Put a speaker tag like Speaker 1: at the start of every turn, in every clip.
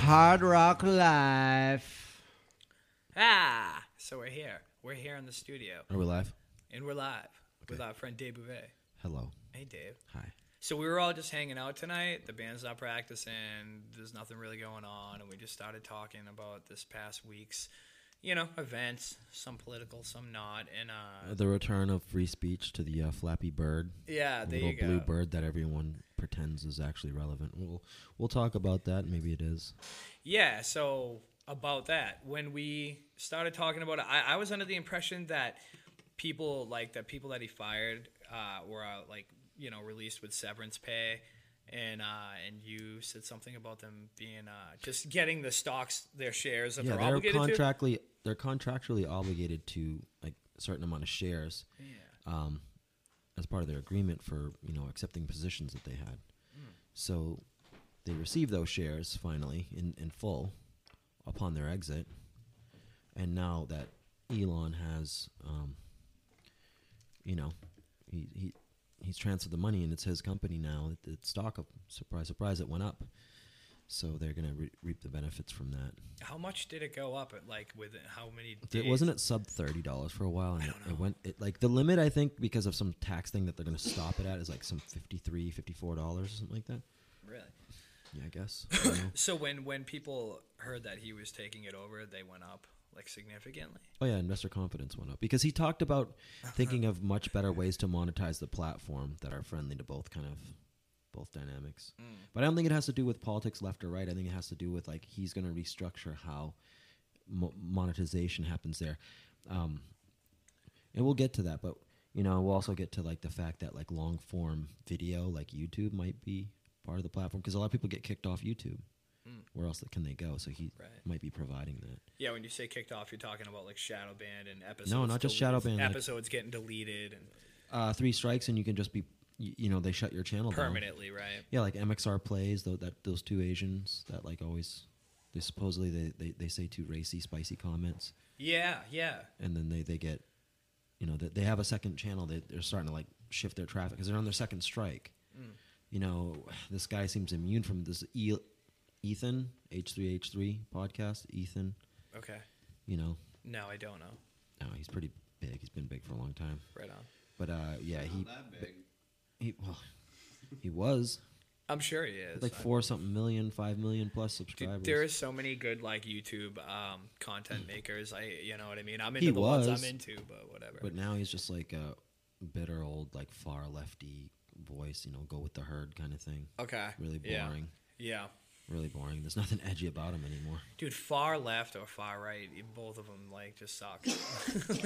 Speaker 1: Hard Rock Live.
Speaker 2: Ah, so we're here. We're here in the studio,
Speaker 1: Are we live?
Speaker 2: and we're live with our friend Dave Bouvet.
Speaker 1: Hello.
Speaker 2: Hey, Dave.
Speaker 1: Hi.
Speaker 2: So we were all just hanging out tonight. The band's not practicing. There's nothing really going on, and we just started talking about this past week's, you know, events. Some political, some not. And uh,
Speaker 3: The return of free speech to the uh, Flappy Bird,
Speaker 2: yeah, Uh, there
Speaker 3: little
Speaker 2: you go.
Speaker 3: blue bird that everyone pretends is actually relevant. We'll we'll talk about that. Maybe it is.
Speaker 2: Yeah, so about that, when we started talking about it, I, I was under the impression that people like the people that he fired uh, were uh, like you know released with severance pay, and uh, and you said something about them being uh, just getting the stocks, their shares that
Speaker 3: yeah,
Speaker 2: they're,
Speaker 3: they're
Speaker 2: obligated to.
Speaker 3: contractually they're contractually obligated to like a certain amount of shares
Speaker 2: Yeah.
Speaker 3: um, as part of their agreement for you know accepting positions that they had. So they receive those shares finally in in full upon their exit, and now that Elon has, um, you know, he he. He's transferred the money and it's his company now. It, it's stock up. Surprise, surprise! It went up, so they're gonna re- reap the benefits from that.
Speaker 2: How much did it go up? At, like within how many? Days?
Speaker 3: It wasn't at sub thirty dollars for a while, and it, it went it, like the limit. I think because of some tax thing that they're going to stop it at is like some 53 54 dollars or something like that.
Speaker 2: really.
Speaker 3: Yeah, I guess. I don't know.
Speaker 2: So when when people heard that he was taking it over, they went up like significantly.
Speaker 3: oh yeah, investor confidence went up because he talked about thinking of much better ways to monetize the platform that are friendly to both kind of both dynamics. But I don't think it has to do with politics left or right. I think it has to do with like he's going to restructure how mo- monetization happens there. Um, and we'll get to that but you know we'll also get to like the fact that like long form video like youtube might be part of the platform because a lot of people get kicked off youtube where else can they go so he
Speaker 2: Right.
Speaker 3: might be providing that
Speaker 2: Yeah, when you say kicked off, you're talking about like shadow banned and episodes.
Speaker 3: No, not just shadow banned, like-
Speaker 2: Episodes getting deleted and
Speaker 3: uh, three strikes and you can just be you, you know they shut your channel down
Speaker 2: permanently, right?
Speaker 3: yeah like mxr plays though that those two asians that like always they supposedly they, they, they say two racy spicy comments
Speaker 2: Yeah, yeah.
Speaker 3: and then they, they get you know they, they have a second channel they, they're starting to like shift their traffic because they're on their second strike you know this guy seems immune from this e- ethan h3h3 podcast ethan
Speaker 2: Okay.
Speaker 3: you know
Speaker 2: No, I don't know.
Speaker 3: oh, he's pretty big he's been big for a long time
Speaker 2: Right on.
Speaker 3: but uh yeah he he well he was
Speaker 2: I'm sure he is.
Speaker 3: like four something million five million plus
Speaker 2: Dude,
Speaker 3: subscribers Mm.
Speaker 2: there is so many good like YouTube um, content makers. I, you know what I mean. I'm into
Speaker 3: He
Speaker 2: the ones
Speaker 3: was.
Speaker 2: I'm into, but whatever.
Speaker 3: But now he's just like a bitter old, like far lefty voice, you know, go with the herd kind of thing.
Speaker 2: okay.
Speaker 3: Really
Speaker 2: Yeah.
Speaker 3: boring.
Speaker 2: Yeah.
Speaker 3: Really boring. There's nothing edgy about him anymore.
Speaker 2: Dude, far left or far right, both of them like just suck.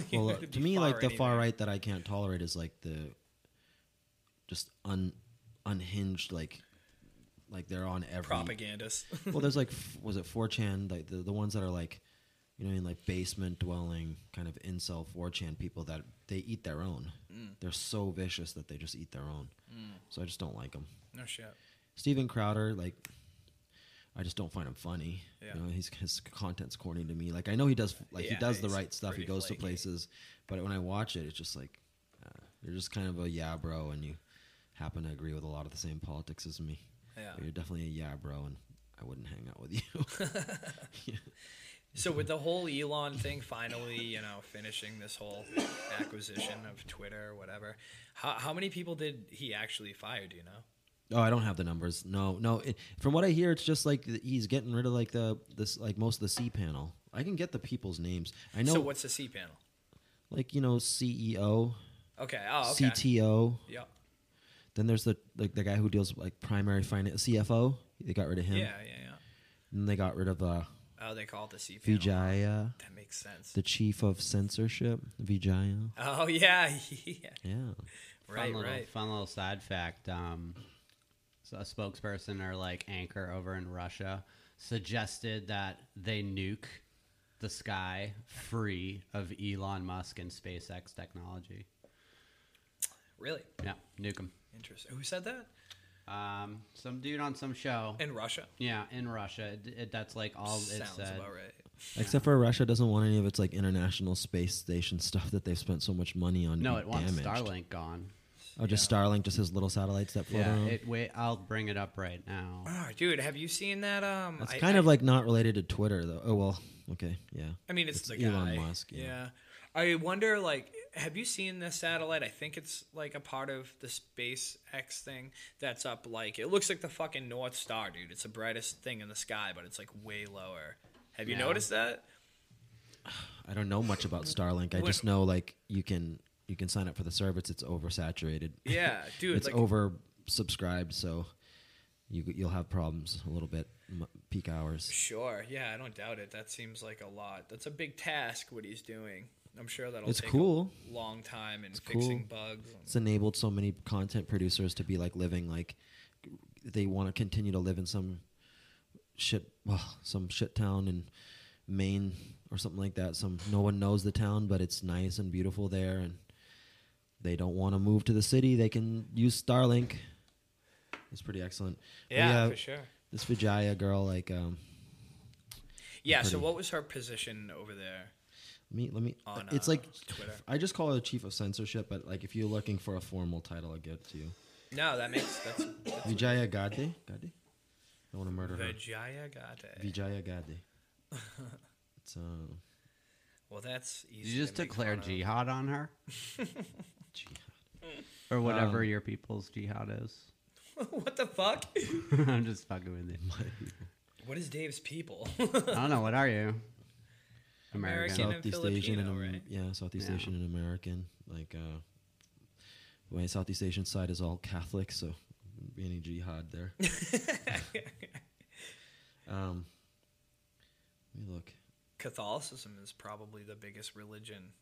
Speaker 2: You
Speaker 3: Well,
Speaker 2: know,
Speaker 3: uh,
Speaker 2: it'd
Speaker 3: to
Speaker 2: be
Speaker 3: me,
Speaker 2: far
Speaker 3: like the
Speaker 2: anything.
Speaker 3: far right that I can't tolerate is like the just un unhinged, like like they're on every
Speaker 2: propagandists.
Speaker 3: well, there's like f- was it 4chan like the, the ones that are like you know in like basement dwelling kind of incel 4chan people that they eat their own.
Speaker 2: Mm.
Speaker 3: They're so vicious that they just eat their own. So I just don't like them.
Speaker 2: no shit.
Speaker 3: Steven Crowder like I just don't find him funny.
Speaker 2: Yeah.
Speaker 3: You know, his his content's corny to me. Like I know he does like he
Speaker 2: Yeah,
Speaker 3: does the
Speaker 2: it's
Speaker 3: right stuff. He
Speaker 2: pretty
Speaker 3: goes
Speaker 2: flaky.
Speaker 3: to places, but when I watch it, it's just like uh, you're just kind of a yeah bro, and you happen to agree with a lot of the same politics as me.
Speaker 2: Yeah.
Speaker 3: You're definitely a yeah bro, and I wouldn't hang out with you.
Speaker 2: So with the whole Elon thing finally, you know, finishing this whole acquisition of Twitter or whatever, how, how many people did he actually fire? Do you know?
Speaker 3: Oh, I don't have the numbers. No, no. It, from what I hear, it's just like th- he's getting rid of like the this like most of the C panel. I can get the people's names. I know,
Speaker 2: So what's the C panel?
Speaker 3: like you know, E CEO,
Speaker 2: Okay. Oh, okay.
Speaker 3: CTO.
Speaker 2: Yeah.
Speaker 3: Then there's the like the guy who deals with like primary finance, CFO. They got rid of
Speaker 2: Yeah.
Speaker 3: him.
Speaker 2: Yeah.
Speaker 3: And they got rid of uh,
Speaker 2: Yeah. Oh, they call it the C panel.
Speaker 3: Vijaya,
Speaker 2: That makes sense.
Speaker 3: the chief of censorship. Vijaya.
Speaker 2: Oh yeah. yeah.
Speaker 3: Yeah.
Speaker 2: Right.
Speaker 4: fun little,
Speaker 2: Right.
Speaker 4: Fun little side fact. Um, so a spokesperson or like anchor over in Russia suggested that they nuke the sky free of Elon Musk and SpaceX technology.
Speaker 2: Really
Speaker 4: Yeah, nuke 'em.
Speaker 2: interesting. Who said that?
Speaker 4: Um, some dude on some show.
Speaker 2: In Russia.
Speaker 4: yeah, in Russia. It, it, that's like all it
Speaker 2: Sounds
Speaker 4: said.
Speaker 2: about right.
Speaker 3: Except for Russia doesn't want any of its like international space station stuff that they've spent so much money on. to
Speaker 4: No,
Speaker 3: be
Speaker 4: it wants
Speaker 3: damaged.
Speaker 4: Starlink gone.
Speaker 3: Oh, just Starlink, just his little satellites that float
Speaker 4: Yeah,
Speaker 3: around.
Speaker 4: it, wait, I'll bring it up right now.
Speaker 2: Oh, dude, have you seen that? Um,
Speaker 3: That's
Speaker 2: I-
Speaker 3: kind
Speaker 2: I-
Speaker 3: of like not related to Twitter though. Oh well, okay, yeah.
Speaker 2: I mean, it's,
Speaker 3: It's
Speaker 2: the
Speaker 3: Elon
Speaker 2: guy.
Speaker 3: Musk,
Speaker 2: Yeah.
Speaker 3: yeah.
Speaker 2: I wonder, like, have you seen the satellite? I think it's like a part of the SpaceX thing that's up. Like, it looks like the fucking North Star, dude. It's the brightest thing in the sky, but it's like way lower. Have you
Speaker 4: Yeah.
Speaker 2: noticed that?
Speaker 3: I don't know much about Starlink. I
Speaker 2: When-
Speaker 3: just know like you can you can sign up for the service. It's oversaturated.
Speaker 2: Yeah, dude.
Speaker 3: it's
Speaker 2: like,
Speaker 3: oversubscribed, so you you'll have problems a little bit m- peak hours.
Speaker 2: Sure. Yeah, I don't doubt it. That seems like a lot. That's a big task. What he's doing. I'm sure that'll
Speaker 3: It's
Speaker 2: take
Speaker 3: cool.
Speaker 2: a long time and
Speaker 3: cool.
Speaker 2: fixing bugs.
Speaker 3: It's enabled so many content producers to be like living like they want to continue to live in some shit well, some shit town in Maine or something like that. Some no one knows the town, but it's nice and beautiful there and they don't want to move to the city, they can use Starlink. It's pretty excellent. But
Speaker 2: Yeah, for sure.
Speaker 3: This Vijaya girl, like, um,
Speaker 2: Yeah. So,
Speaker 3: pretty-
Speaker 2: what was her position over there?
Speaker 3: let me, let me.
Speaker 2: On,
Speaker 3: it's
Speaker 2: uh,
Speaker 3: like
Speaker 2: Twitter.
Speaker 3: I just call her chief of censorship, but like if you're looking for a formal title, I'll give it to you.
Speaker 2: No, that makes that's
Speaker 3: Vijaya Gadde. Gadde. I want to murder
Speaker 4: Mm-hmm.
Speaker 3: her.
Speaker 2: Vijaya Gate.
Speaker 3: Vijaya Gadde. It's uh,
Speaker 2: Well, that's
Speaker 4: Did
Speaker 2: easy.
Speaker 4: you just
Speaker 2: to make
Speaker 4: declare
Speaker 2: fun of.
Speaker 4: jihad on her?
Speaker 3: gee,
Speaker 4: Or whatever
Speaker 3: Um,
Speaker 4: your people's jihad is?
Speaker 2: what the fuck?
Speaker 4: I'm just fucking with you.
Speaker 2: What is Dave's people?
Speaker 4: I don't know. What are you?
Speaker 2: American.
Speaker 4: American.
Speaker 2: Filipino
Speaker 3: Southeast Asian and
Speaker 2: Filipino,
Speaker 3: Am-
Speaker 2: right?
Speaker 3: yeah, Southeast
Speaker 4: Yeah.
Speaker 3: Asian and American. Like uh, my Southeast Asian side is all Catholic, so wouldn't be any jihad there. um, let me look.
Speaker 2: Catholicism is probably the biggest religion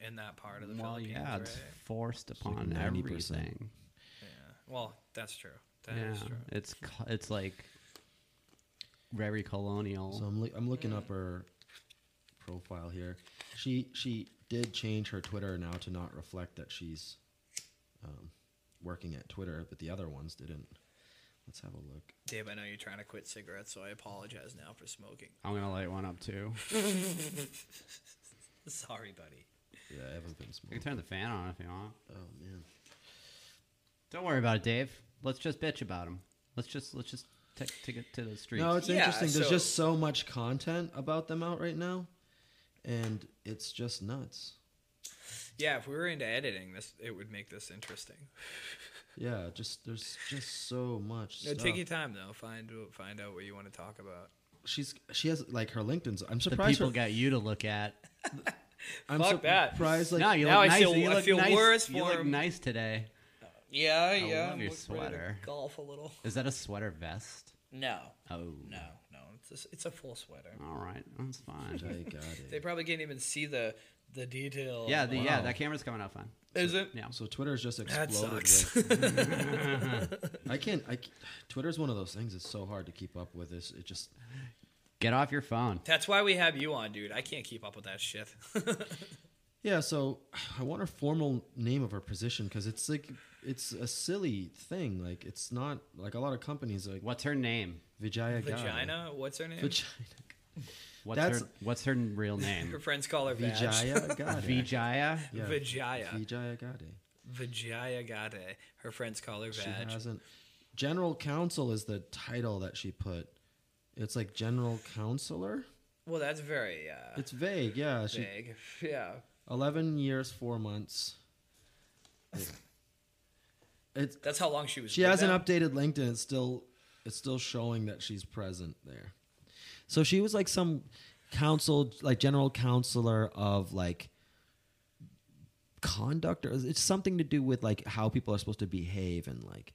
Speaker 2: in that part of the
Speaker 4: Well,
Speaker 2: Philippines.
Speaker 4: yeah,
Speaker 2: right?
Speaker 4: it's forced
Speaker 3: like
Speaker 4: upon
Speaker 3: 90%.
Speaker 4: everything.
Speaker 2: yeah. Well, that's true. That is
Speaker 4: yeah,
Speaker 2: true.
Speaker 4: it's co- it's like very colonial.
Speaker 3: So I'm, loo- I'm looking up her profile here. She she did change her Twitter now to not reflect that she's um, working at Twitter, but the other ones didn't. Let's have a look.
Speaker 2: Dave, I know you're trying to quit cigarettes, so I apologize now for smoking.
Speaker 4: I'm gonna light one up too.
Speaker 2: Sorry, buddy.
Speaker 3: Yeah, I haven't been
Speaker 4: You can
Speaker 3: smoking.
Speaker 4: turn the fan on if you want.
Speaker 3: Oh man,
Speaker 4: Don't worry about it, Dave. Let's just bitch about him. Let's just let's just take take it to the streets.
Speaker 3: no, it's
Speaker 2: Yeah,
Speaker 3: interesting. There's
Speaker 2: so-
Speaker 3: just so much content about them out right now, and it's just nuts.
Speaker 2: Yeah, if we were into editing, this it would make this interesting.
Speaker 3: Yeah, just there's just so much.
Speaker 2: No,
Speaker 3: stuff.
Speaker 2: take your time though. Find find out what you want to talk about.
Speaker 3: She's she has like her LinkedIn's. I'm
Speaker 4: the
Speaker 3: surprised.
Speaker 4: people
Speaker 3: her-
Speaker 4: got you to look at.
Speaker 3: I'm
Speaker 2: Fuck that.
Speaker 3: surprised. Like
Speaker 4: no, you
Speaker 2: now
Speaker 4: look
Speaker 2: I
Speaker 4: nice.
Speaker 2: feel-
Speaker 4: you
Speaker 2: I
Speaker 4: look
Speaker 2: feel
Speaker 4: nice.
Speaker 2: worse
Speaker 4: you
Speaker 2: for
Speaker 4: look
Speaker 2: him.
Speaker 4: nice today.
Speaker 2: Yeah,
Speaker 4: yeah, love
Speaker 2: I'm
Speaker 4: your
Speaker 2: looking for you to
Speaker 4: sweater.
Speaker 2: Golf a little.
Speaker 4: Is that a sweater vest?
Speaker 2: No,
Speaker 4: Oh,
Speaker 2: no, no. It's a, it's a full sweater.
Speaker 4: All right, that's fine.
Speaker 3: I got it.
Speaker 2: They probably can't even see the the detail.
Speaker 4: yeah, the, yeah,
Speaker 3: Wow.
Speaker 4: that camera's coming out fine.
Speaker 2: is it?
Speaker 4: Yeah.
Speaker 3: So Twitter's just
Speaker 2: That
Speaker 3: exploded.
Speaker 2: sucks.
Speaker 3: with- I can't. I c- Twitter's one of those things. that's so hard to keep up with. This it just
Speaker 4: Get off your phone.
Speaker 2: That's why we have you on, dude. I can't keep up with that shit.
Speaker 3: yeah. So I want her formal name of her position because it's like it's a silly thing. Like it's not like a lot of companies like
Speaker 4: What's her name?
Speaker 3: Vijaya Gada.
Speaker 2: Vagina? What's her name?
Speaker 3: Vagina.
Speaker 4: What's
Speaker 3: That's-
Speaker 4: her What's her real
Speaker 2: Her
Speaker 4: name?
Speaker 2: friends call her Vag.
Speaker 3: Vijaya Gada.
Speaker 4: Vijaya.
Speaker 3: Yeah,
Speaker 2: Vijaya.
Speaker 3: Vijaya Gada.
Speaker 2: Vijaya Gade. Her friends call her
Speaker 3: She
Speaker 2: Vag.
Speaker 3: hasn't. General counsel is the title that she put. It's like general counselor.
Speaker 2: Well, that's very uh,
Speaker 3: It's vague. Yeah. She
Speaker 2: vague. Yeah.
Speaker 3: 11 years, four months. It's,
Speaker 2: That's how long she was.
Speaker 3: she
Speaker 2: with
Speaker 3: hasn't
Speaker 2: them.
Speaker 3: updated LinkedIn. It's still, it's still showing that she's present there. So she was like some counsel, like general counselor of like conduct or it's something to do with like how people are supposed to behave and like,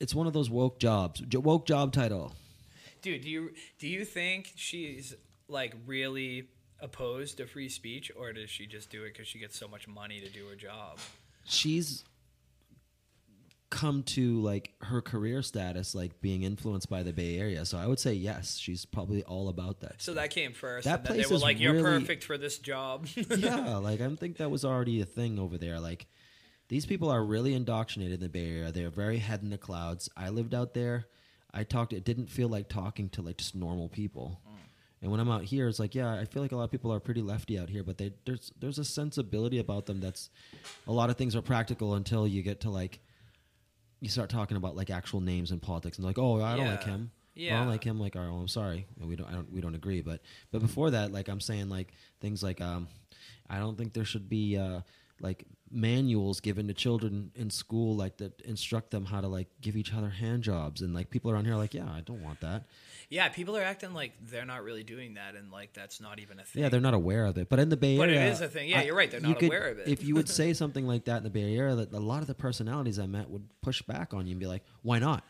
Speaker 3: it's one of those woke jobs, J- woke job title.
Speaker 2: Dude, do you do you think she's like really opposed to free speech, or does she just do it because she gets so much money to do her job?
Speaker 3: she's come to like her career status like being influenced by the bay area so i would say yes she's probably all about that
Speaker 2: So that came first.
Speaker 3: That
Speaker 2: and then
Speaker 3: place
Speaker 2: they were
Speaker 3: is
Speaker 2: like, "You're
Speaker 3: really-
Speaker 2: perfect for this job."
Speaker 3: yeah like i think that was already a thing over there like these people are really indoctrinated in the bay area they're very head in the clouds i lived out there i talked it didn't feel like talking to like just normal people And when I'm out here, it's like, yeah, I feel like a lot of people are pretty lefty out here, but they, there's there's a sensibility about them that's a lot of things are practical until you get to like you start talking about like actual names in politics and like, oh, I don't like
Speaker 2: Yeah.
Speaker 3: him. I
Speaker 2: Yeah.
Speaker 3: don't like him. Like, oh, I'm sorry, we don't, I don't, we don't agree. But but before that, like I'm saying, like things like, um, I don't think there should be uh, like manuals given to children in school like that instruct them how to like give each other hand jobs and like people around here are like yeah i don't want that
Speaker 2: Yeah, people are acting like they're not really doing that, and like that's not even a thing.
Speaker 3: Yeah, they're not aware of it. But in the Bay
Speaker 2: But it
Speaker 3: Area,
Speaker 2: is a thing. Yeah, you're right. They're
Speaker 3: you
Speaker 2: not
Speaker 3: could-
Speaker 2: aware of it.
Speaker 3: If you would say something like that in the Bay Area, that a lot of the personalities I met would push back on you and be like, "Why not?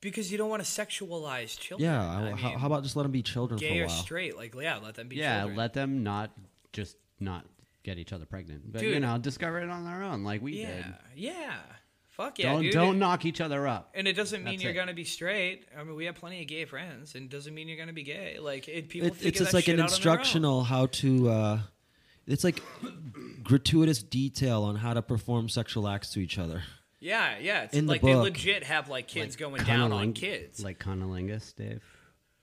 Speaker 2: because you don't want to sexualize children.
Speaker 3: Yeah,
Speaker 2: Oh, I
Speaker 3: I- how,
Speaker 2: mean,
Speaker 3: how about just let them be children
Speaker 2: gay
Speaker 3: for a
Speaker 2: or
Speaker 3: while?"
Speaker 2: straight? Like, yeah, let them be.
Speaker 4: yeah,
Speaker 2: children.
Speaker 4: let them not just not get each other pregnant, but you
Speaker 2: Dude.
Speaker 4: know, discover it on their own, like we
Speaker 2: Yeah,
Speaker 4: did.
Speaker 2: yeah. Fuck yeah,
Speaker 4: don't
Speaker 2: dude.
Speaker 4: don't knock each other up.
Speaker 2: And it doesn't mean
Speaker 4: That's
Speaker 2: you're
Speaker 4: it.
Speaker 2: gonna be straight. I mean, we have plenty of gay friends, and it doesn't mean you're gonna be gay. Like, it, people
Speaker 3: It-
Speaker 2: figure
Speaker 3: it's just
Speaker 2: that
Speaker 3: like an
Speaker 2: shit out on their own.
Speaker 3: instructional how to. Uh, it's like gratuitous detail on how to perform sexual acts to each other.
Speaker 2: Yeah, yeah. It's
Speaker 3: In the
Speaker 2: like they
Speaker 3: book,
Speaker 2: legit have like kids going down on
Speaker 4: Cunniling-
Speaker 2: kids.
Speaker 4: like conolingus, Dave.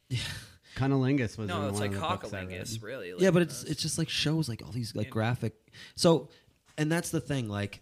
Speaker 4: Conolingus was in
Speaker 2: no, it's
Speaker 4: one
Speaker 2: like
Speaker 4: of the books I read.
Speaker 2: cockalingus, really.
Speaker 3: yeah,
Speaker 2: like,
Speaker 3: but
Speaker 2: uh,
Speaker 3: it's it's just like shows like all these like graphic. So, and that's the thing. Like,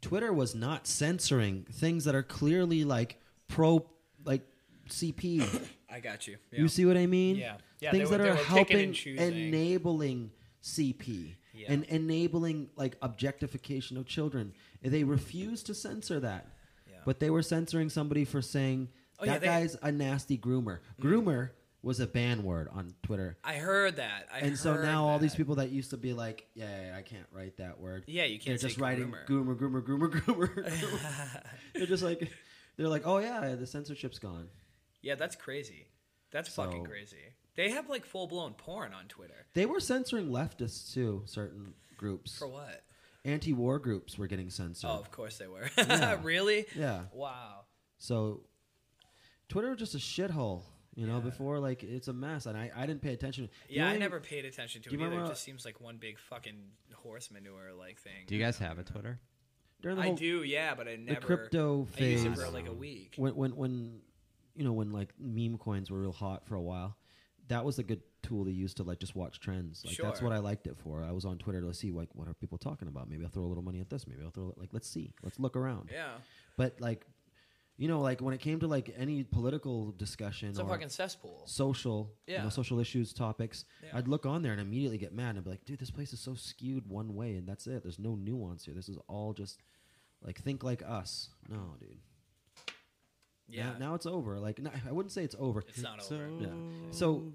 Speaker 3: Twitter was not censoring things that are clearly like pro like CP.
Speaker 2: I got you. Yeah.
Speaker 3: You see what I mean?
Speaker 2: Yeah. Yeah,
Speaker 3: Things
Speaker 2: they were-
Speaker 3: that
Speaker 2: they
Speaker 3: are
Speaker 2: were picking
Speaker 3: helping
Speaker 2: and choosing.
Speaker 3: enabling CP
Speaker 2: Yeah.
Speaker 3: and enabling like objectification of children. They refused to censor that.
Speaker 2: Yeah.
Speaker 3: But they were censoring somebody for saying
Speaker 2: Oh,
Speaker 3: that
Speaker 2: yeah, they- Mm.
Speaker 3: guy's a nasty groomer. Groomer was a ban word on Twitter
Speaker 2: I heard that. I
Speaker 3: and so
Speaker 2: heard
Speaker 3: now all these
Speaker 2: that.
Speaker 3: people that used to be like, yeah, yeah, I can't write that word.
Speaker 2: Yeah, you can't
Speaker 3: They're just
Speaker 2: say
Speaker 3: writing
Speaker 2: groomer.
Speaker 3: groomer, groomer, groomer, groomer. groomer. they're just like, they're like, oh yeah, the censorship's gone.
Speaker 2: Yeah, that's crazy. That's fucking
Speaker 3: So-
Speaker 2: crazy. They have like full blown porn on Twitter.
Speaker 3: They were censoring leftists too. Certain groups,
Speaker 2: For what?
Speaker 3: anti-war groups, were getting censored.
Speaker 2: Oh, of course they were.
Speaker 3: Yeah.
Speaker 2: really?
Speaker 3: Yeah.
Speaker 2: Wow.
Speaker 3: So Twitter was just a shithole, you know. Before like it's a mess, and I, I didn't pay attention. You
Speaker 2: Yeah,
Speaker 3: know
Speaker 2: I
Speaker 3: when-
Speaker 2: never paid attention to
Speaker 3: do
Speaker 2: it
Speaker 3: you
Speaker 2: either. It
Speaker 3: remember-
Speaker 2: just seems like one big fucking horse manure like thing.
Speaker 4: Do you guys have a Twitter?
Speaker 3: during the
Speaker 2: I
Speaker 3: whole
Speaker 2: do, yeah, but I never.
Speaker 3: crypto
Speaker 2: I used it
Speaker 3: phase.
Speaker 2: for like a week.
Speaker 3: when when when you know when like meme coins were real hot for a while that was a good tool to use to like just watch trends like that's
Speaker 2: Sure.
Speaker 3: what i liked it for i was on twitter to see like what are people talking about maybe i'll throw a little money at this maybe i'll throw like let's see let's look around
Speaker 2: Yeah,
Speaker 3: but like you know like when it came to like any political discussion
Speaker 2: it's a
Speaker 3: or
Speaker 2: fucking cesspool.
Speaker 3: social you
Speaker 2: Yeah.
Speaker 3: know social issues topics
Speaker 2: Yeah.
Speaker 3: i'd look on there and immediately get mad and I'd be like dude this place is so skewed one way and that's it there's no nuance here this is all just like think like us no dude
Speaker 2: Yeah,
Speaker 3: now, now it's over. Like no, I wouldn't say it's over.
Speaker 2: it's not
Speaker 4: So-
Speaker 2: over.
Speaker 3: Yeah. So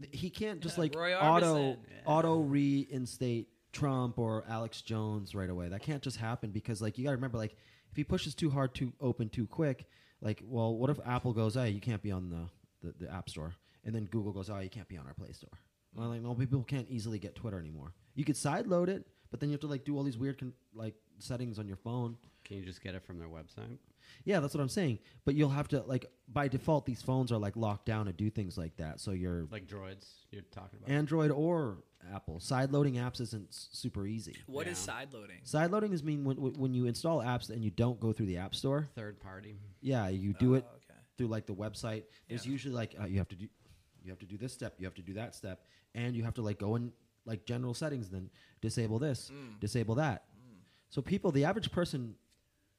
Speaker 3: th- he can't just
Speaker 2: Yeah,
Speaker 3: like
Speaker 2: Roy
Speaker 3: auto
Speaker 2: Orbison.
Speaker 3: auto reinstate Trump or Alex Jones right away. That can't just happen because like you got to remember like if he pushes too hard, too open, too quick, like well, what if Apple goes, "Hey, you can't be on the the, the App Store," and then Google goes, "Oh, you can't be on our Play Store." Well, like no, people can't easily get Twitter anymore. You could sideload it, but then you have to like do all these weird con- like settings on your phone.
Speaker 4: Can you just get it from their website?
Speaker 3: Yeah, that's what I'm saying. But you'll have to like by default these phones are like locked down to do things like that. So your
Speaker 4: Like droids you're talking about?
Speaker 3: Android or Apple side loading apps isn't s- super easy.
Speaker 2: What is
Speaker 4: Yeah.
Speaker 2: side loading?
Speaker 3: Side loading is mean when when you install apps and you don't go through the app store.
Speaker 4: Third party.
Speaker 3: Yeah, you do
Speaker 2: Oh,
Speaker 3: it
Speaker 2: okay.
Speaker 3: through like the website. There's
Speaker 2: Yeah.
Speaker 3: usually like uh, you have to do you have to do this step, you have to do that step, and you have to like go in like general settings then disable this,
Speaker 2: Mm.
Speaker 3: disable that. So people, the average person,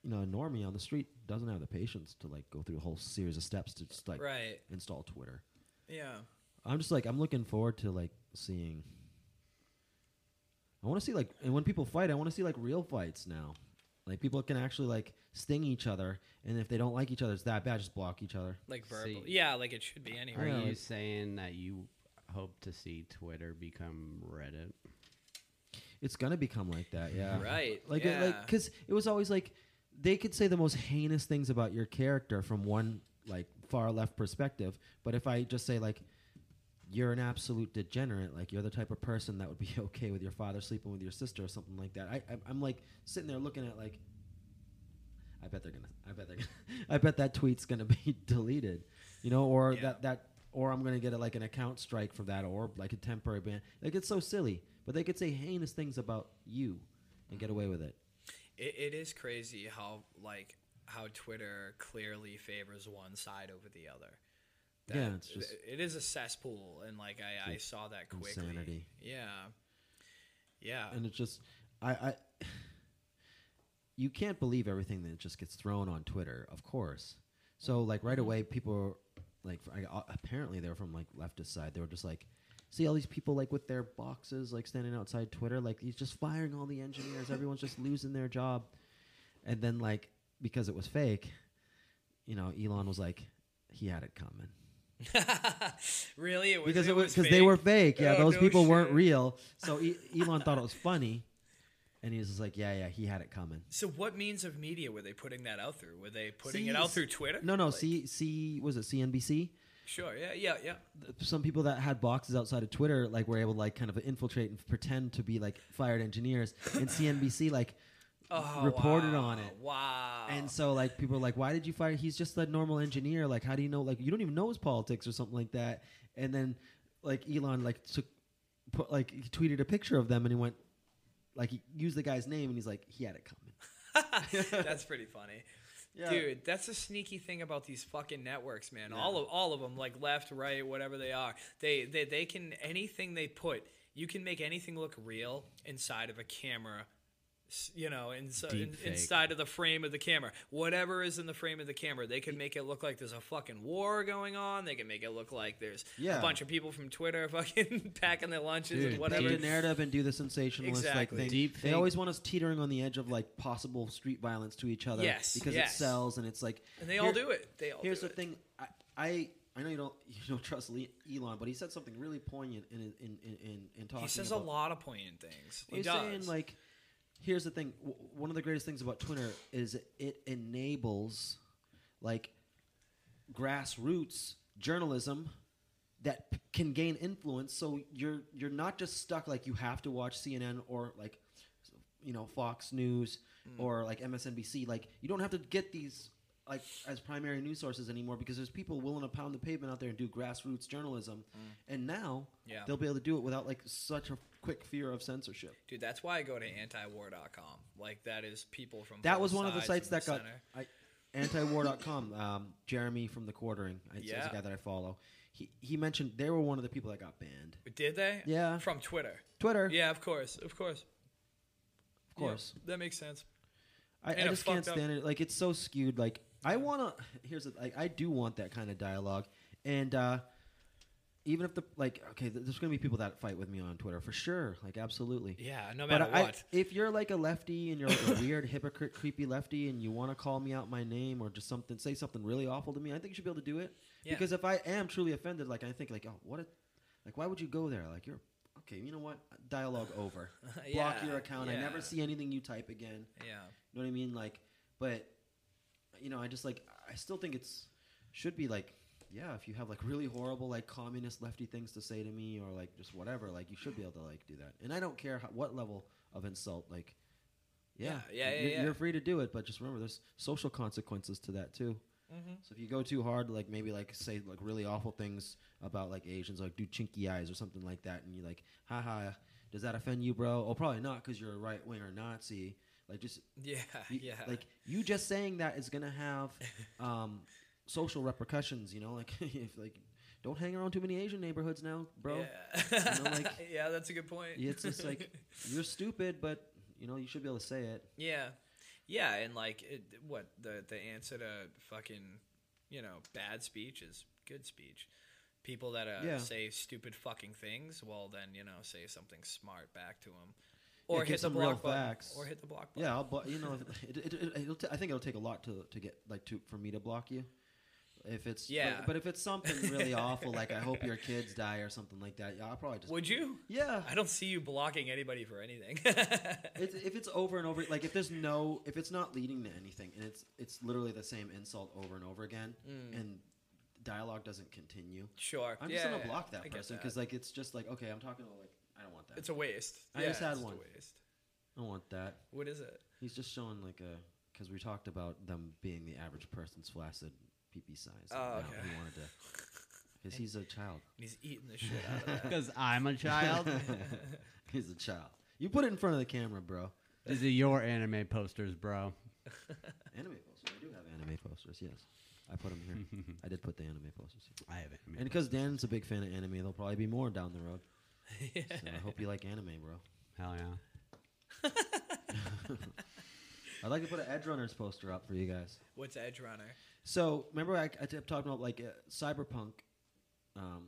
Speaker 3: you know, a normie on the street doesn't have the patience to like go through a whole series of steps to just like
Speaker 2: Right.
Speaker 3: install Twitter.
Speaker 2: Yeah.
Speaker 3: I'm just like I'm looking forward to like seeing. I want to see like, and when people fight, I want to see like real fights now. Like people can actually like sting each other, and if they don't like each other, it's that bad. Just block each other.
Speaker 2: Like verbal.
Speaker 4: See.
Speaker 2: Yeah, like it should be
Speaker 4: Are
Speaker 2: anyway.
Speaker 3: Yeah,
Speaker 4: you
Speaker 3: like-
Speaker 4: saying that you hope to see Twitter become Reddit?
Speaker 3: It's gonna become like that, yeah.
Speaker 2: Right,
Speaker 3: Like, it,
Speaker 2: yeah.
Speaker 3: like, because it was always like they could say the most heinous things about your character from one like far left perspective, but if I just say like you're an absolute degenerate, like you're the type of person that would be okay with your father sleeping with your sister or something like that, I, I'm, I'm like sitting there looking at like. I bet they're gonna. I bet they're. Gonna, I bet that tweet's gonna be deleted, you know, or
Speaker 2: Yeah.
Speaker 3: that that, or I'm gonna get a, like an account strike for that, or like a temporary ban. Like it's so silly, but they could say heinous things about you, and get away with it.
Speaker 2: It, it is crazy how like how Twitter clearly favors one side over the other. That,
Speaker 3: Yeah, it's just-
Speaker 2: it is a cesspool, and like I, I saw that quickly.
Speaker 3: insanity.
Speaker 2: Yeah, yeah,
Speaker 3: and it's just I, I you can't believe everything that just gets thrown on Twitter, of course. So like right away, people like I, uh, apparently they're from like leftist side. They were just like, see all these people like with their boxes like standing outside Twitter, like he's just firing all the engineers. Everyone's just losing their job, and then like because it was fake, you know, Elon was like he had it coming
Speaker 2: really, it was
Speaker 3: because it was because
Speaker 2: because
Speaker 3: they were fake. Yeah,
Speaker 2: Oh,
Speaker 3: those
Speaker 2: no
Speaker 3: people weren't
Speaker 2: shit.
Speaker 3: real. So e- Elon thought it was funny, and he was just like, "Yeah, yeah, he had it coming."
Speaker 2: So, what means of media were they putting that out through? Were they putting it out
Speaker 3: Cs-
Speaker 2: through Twitter?
Speaker 3: No, no,
Speaker 2: Like,
Speaker 3: C C was it CNBC?
Speaker 2: sure, yeah, yeah, yeah.
Speaker 3: Some people that had boxes outside of Twitter like were able to like kind of infiltrate and pretend to be like fired engineers, and CNBC like
Speaker 2: Oh,
Speaker 3: reported
Speaker 2: wow,
Speaker 3: on it.
Speaker 2: Wow.
Speaker 3: And so like people are like, why did you fire? He's just a normal engineer. Like, how do you know? Like, you don't even know his politics or something like that. And then like Elon like took put like he tweeted a picture of them and he went like he used the guy's name and he's like he had it coming.
Speaker 2: that's pretty funny. Dude, that's the sneaky thing about these fucking networks, man. All of all of them, like left, right, whatever they are, they they they can anything they put, you can make anything look real inside of a camera, s- you know, inside in,
Speaker 4: Deepfake.
Speaker 2: inside of the frame of the camera. Whatever is in the frame of the camera, they can make it look like there's a fucking war going on. They can make it look like there's
Speaker 3: Yeah.
Speaker 2: a bunch of people from Twitter fucking packing their lunches
Speaker 4: Dude,
Speaker 2: and
Speaker 3: Take
Speaker 2: whatever.
Speaker 3: the narrative and do the sensationalist
Speaker 2: Exactly.
Speaker 3: like thing.
Speaker 4: Deep
Speaker 3: they
Speaker 4: fake.
Speaker 3: always want us teetering on the edge of like possible street violence to each other.
Speaker 2: Yes,
Speaker 3: because
Speaker 2: yes.
Speaker 3: it sells and it's like
Speaker 2: And they all
Speaker 3: here-
Speaker 2: do it. They all
Speaker 3: Here's
Speaker 2: do
Speaker 3: the
Speaker 2: it.
Speaker 3: thing. I, I I know you don't you don't trust Le- Elon, but he said something really poignant in in in in, in talking.
Speaker 2: He says a
Speaker 3: about,
Speaker 2: lot of poignant things. He
Speaker 3: He's
Speaker 2: does.
Speaker 3: saying like, here's the thing. W- one of the greatest things about Twitter is it enables, like, grassroots journalism that p- can gain influence. So you're you're not just stuck like you have to watch CNN or like, you know, Fox News
Speaker 2: Hmm.
Speaker 3: or like MSNBC. Like you don't have to get these like as primary news sources anymore because there's people willing to pound the pavement out there and do grassroots journalism. And now
Speaker 2: Hmm. Yeah.
Speaker 3: they'll be able to do it without like such a quick fear of censorship.
Speaker 2: Dude, that's why I go to antiwar.com. Like that is people from
Speaker 3: That
Speaker 2: both
Speaker 3: was one of the
Speaker 2: sides
Speaker 3: sites
Speaker 2: in the
Speaker 3: that got
Speaker 2: center.
Speaker 3: I, antiwar.com. Um, Jeremy from the Quartering, I, yeah.
Speaker 2: Yeah.
Speaker 3: a guy that I follow. He he mentioned they were one of the people that got banned.
Speaker 2: Did they?
Speaker 3: Yeah.
Speaker 2: From Twitter.
Speaker 3: Twitter,
Speaker 2: Yeah, of course, of course,
Speaker 3: of course.
Speaker 2: that makes sense.
Speaker 3: I, I
Speaker 2: And it
Speaker 3: just can't
Speaker 2: fucked up.
Speaker 3: stand it. Like it's so skewed. Like I wanna. Here's the, like I do want that kind of dialogue, and uh, even if the like okay, th- there's gonna be people that fight with me on Twitter for sure. Like absolutely.
Speaker 2: Yeah, no
Speaker 3: But
Speaker 2: matter
Speaker 3: I,
Speaker 2: what.
Speaker 3: if you're like a lefty and you're like a weird hypocrite, creepy lefty, and you want to call me out my name or just something, say something really awful to me, I think you should be able to do it.
Speaker 2: Yeah.
Speaker 3: Because if I am truly offended, like I think, like oh, what, a, like why would you go there? Like you're okay. You know what? Dialogue over. Block
Speaker 2: Yeah,
Speaker 3: your account. I never
Speaker 2: yeah.
Speaker 3: see anything you type again.
Speaker 2: yeah.
Speaker 3: You know what I mean? Like, but you know, I just like I still think it's should be like yeah, if you have like really horrible like communist lefty things to say to me or like just whatever, like you should be able to like do that. And I don't care how, what level of insult like yeah,
Speaker 2: Yeah, yeah, yeah,
Speaker 3: you're,
Speaker 2: yeah.
Speaker 3: you're free to do it, but just remember there's social consequences to that too.
Speaker 2: Mm-hmm.
Speaker 3: So if you go too hard, like maybe like say like really awful things about like Asians, like do chinky eyes or something like that, and you like, haha, does that offend you, bro? Oh, probably not, because you're a right winger Nazi. Like just
Speaker 2: Yeah,
Speaker 3: you-
Speaker 2: yeah.
Speaker 3: Like you just saying that is gonna have um, social repercussions. You know, like if like don't hang around too many Asian neighborhoods now, bro.
Speaker 2: Yeah.
Speaker 3: You know, like-
Speaker 2: yeah, that's a good point.
Speaker 3: It's just like you're stupid, but you know you should be able to say it.
Speaker 2: Yeah, yeah, and like it, what the the answer to fucking you know bad speech is good speech. People that uh,
Speaker 3: Yeah.
Speaker 2: say stupid fucking things, well then you know say something smart back to them,
Speaker 3: Yeah,
Speaker 2: or
Speaker 3: give
Speaker 2: hit the
Speaker 3: some real
Speaker 2: block button,
Speaker 3: facts.
Speaker 2: or hit the block button.
Speaker 3: Yeah, I'll blo- you know, if- it, it, it, it'll t- I think it'll take a lot to to get like to for me to block you. If it's but-
Speaker 2: Yeah.
Speaker 3: but, if it's something really awful, like I hope your kids die or something like that, yeah, I'll probably just
Speaker 2: Would you?
Speaker 3: yeah.
Speaker 2: I don't see you blocking anybody for anything.
Speaker 3: It's, if it's over and over, like if there's no, if it's not leading to anything, and it's it's literally the same insult over and over again, and dialogue doesn't continue,
Speaker 2: sure.
Speaker 3: I'm
Speaker 2: Mm. yeah,
Speaker 3: just gonna
Speaker 2: yeah,
Speaker 3: block
Speaker 2: I
Speaker 3: that
Speaker 2: get
Speaker 3: person
Speaker 2: that.
Speaker 3: because like it's just like okay, I'm talking to like I don't want that.
Speaker 2: it's a waste.
Speaker 3: I
Speaker 2: Yeah,
Speaker 3: just had
Speaker 2: it's
Speaker 3: one.
Speaker 2: A waste.
Speaker 3: I don't want that.
Speaker 2: What is it?
Speaker 3: He's just showing like a because we talked about them being the average person's flaccid PP size. and how
Speaker 2: Oh, okay.
Speaker 3: He wanted to because he's a child.
Speaker 2: He's eating the shit out of that.
Speaker 4: Because I'm a child.
Speaker 3: he's a child. You put it in front of the camera, bro.
Speaker 4: These are your anime posters, bro.
Speaker 3: Anime posters. I do have anime posters. Yes. I put them
Speaker 2: Hmm.
Speaker 3: here. I did put the anime posters here.
Speaker 4: I haven't. I mean,
Speaker 3: And because Dan's a big fan of anime, there'll probably be more down the road. So I hope you like anime, bro.
Speaker 4: hell yeah.
Speaker 3: I'd like to put an Edge Runners poster up for you guys.
Speaker 2: What's Edge Runner?
Speaker 3: So remember, I, I kept talking about like uh, cyberpunk. Um,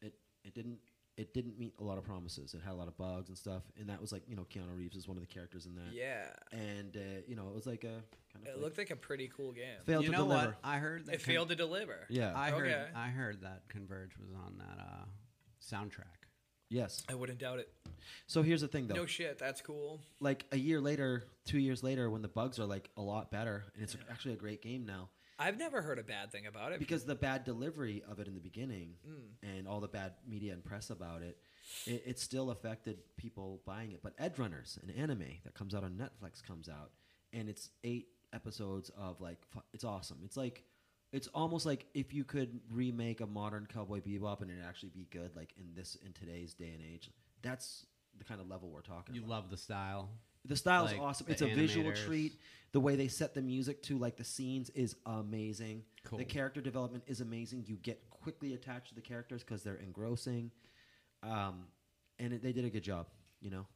Speaker 3: it it didn't it didn't meet a lot of promises. It had a lot of bugs and stuff, and that was like you know Keanu Reeves is one of the characters in that.
Speaker 2: Yeah,
Speaker 3: And uh, you know it was like a kind of
Speaker 2: it
Speaker 3: like
Speaker 2: looked like a pretty cool game.
Speaker 3: failed
Speaker 4: you
Speaker 3: to
Speaker 4: know
Speaker 3: deliver.
Speaker 4: what? I heard that
Speaker 2: It failed to deliver.
Speaker 3: Yeah.
Speaker 4: I heard.
Speaker 2: Okay.
Speaker 4: I heard that Converge was on that uh, soundtrack.
Speaker 3: yes.
Speaker 2: I wouldn't doubt it.
Speaker 3: So here's the thing though.
Speaker 2: No shit, that's cool.
Speaker 3: like a year later, two years later, when the bugs are like a lot better, and it's actually a great game now.
Speaker 2: I've never heard a bad thing about it. Hmm,
Speaker 3: because the bad delivery of it in the beginning and all the bad media and press about it, it, it still affected people buying it. But Edge Runners, an anime that comes out on Netflix, comes out, and it's eight episodes of like fu- it's awesome. It's like it's almost like if you could remake a modern Cowboy Bebop and it actually be good, like in this in today's day and age. That's the kind of level we're talking
Speaker 4: You
Speaker 3: about.
Speaker 4: love the style.
Speaker 3: The style is
Speaker 4: Like,
Speaker 3: awesome.
Speaker 4: the
Speaker 3: It's a visual
Speaker 4: animators.
Speaker 3: treat. The way they set the music to like the scenes is amazing.
Speaker 4: Cool.
Speaker 3: The character development is amazing. You get quickly attached to the characters because they're engrossing, um, and it, they did a good job. You know,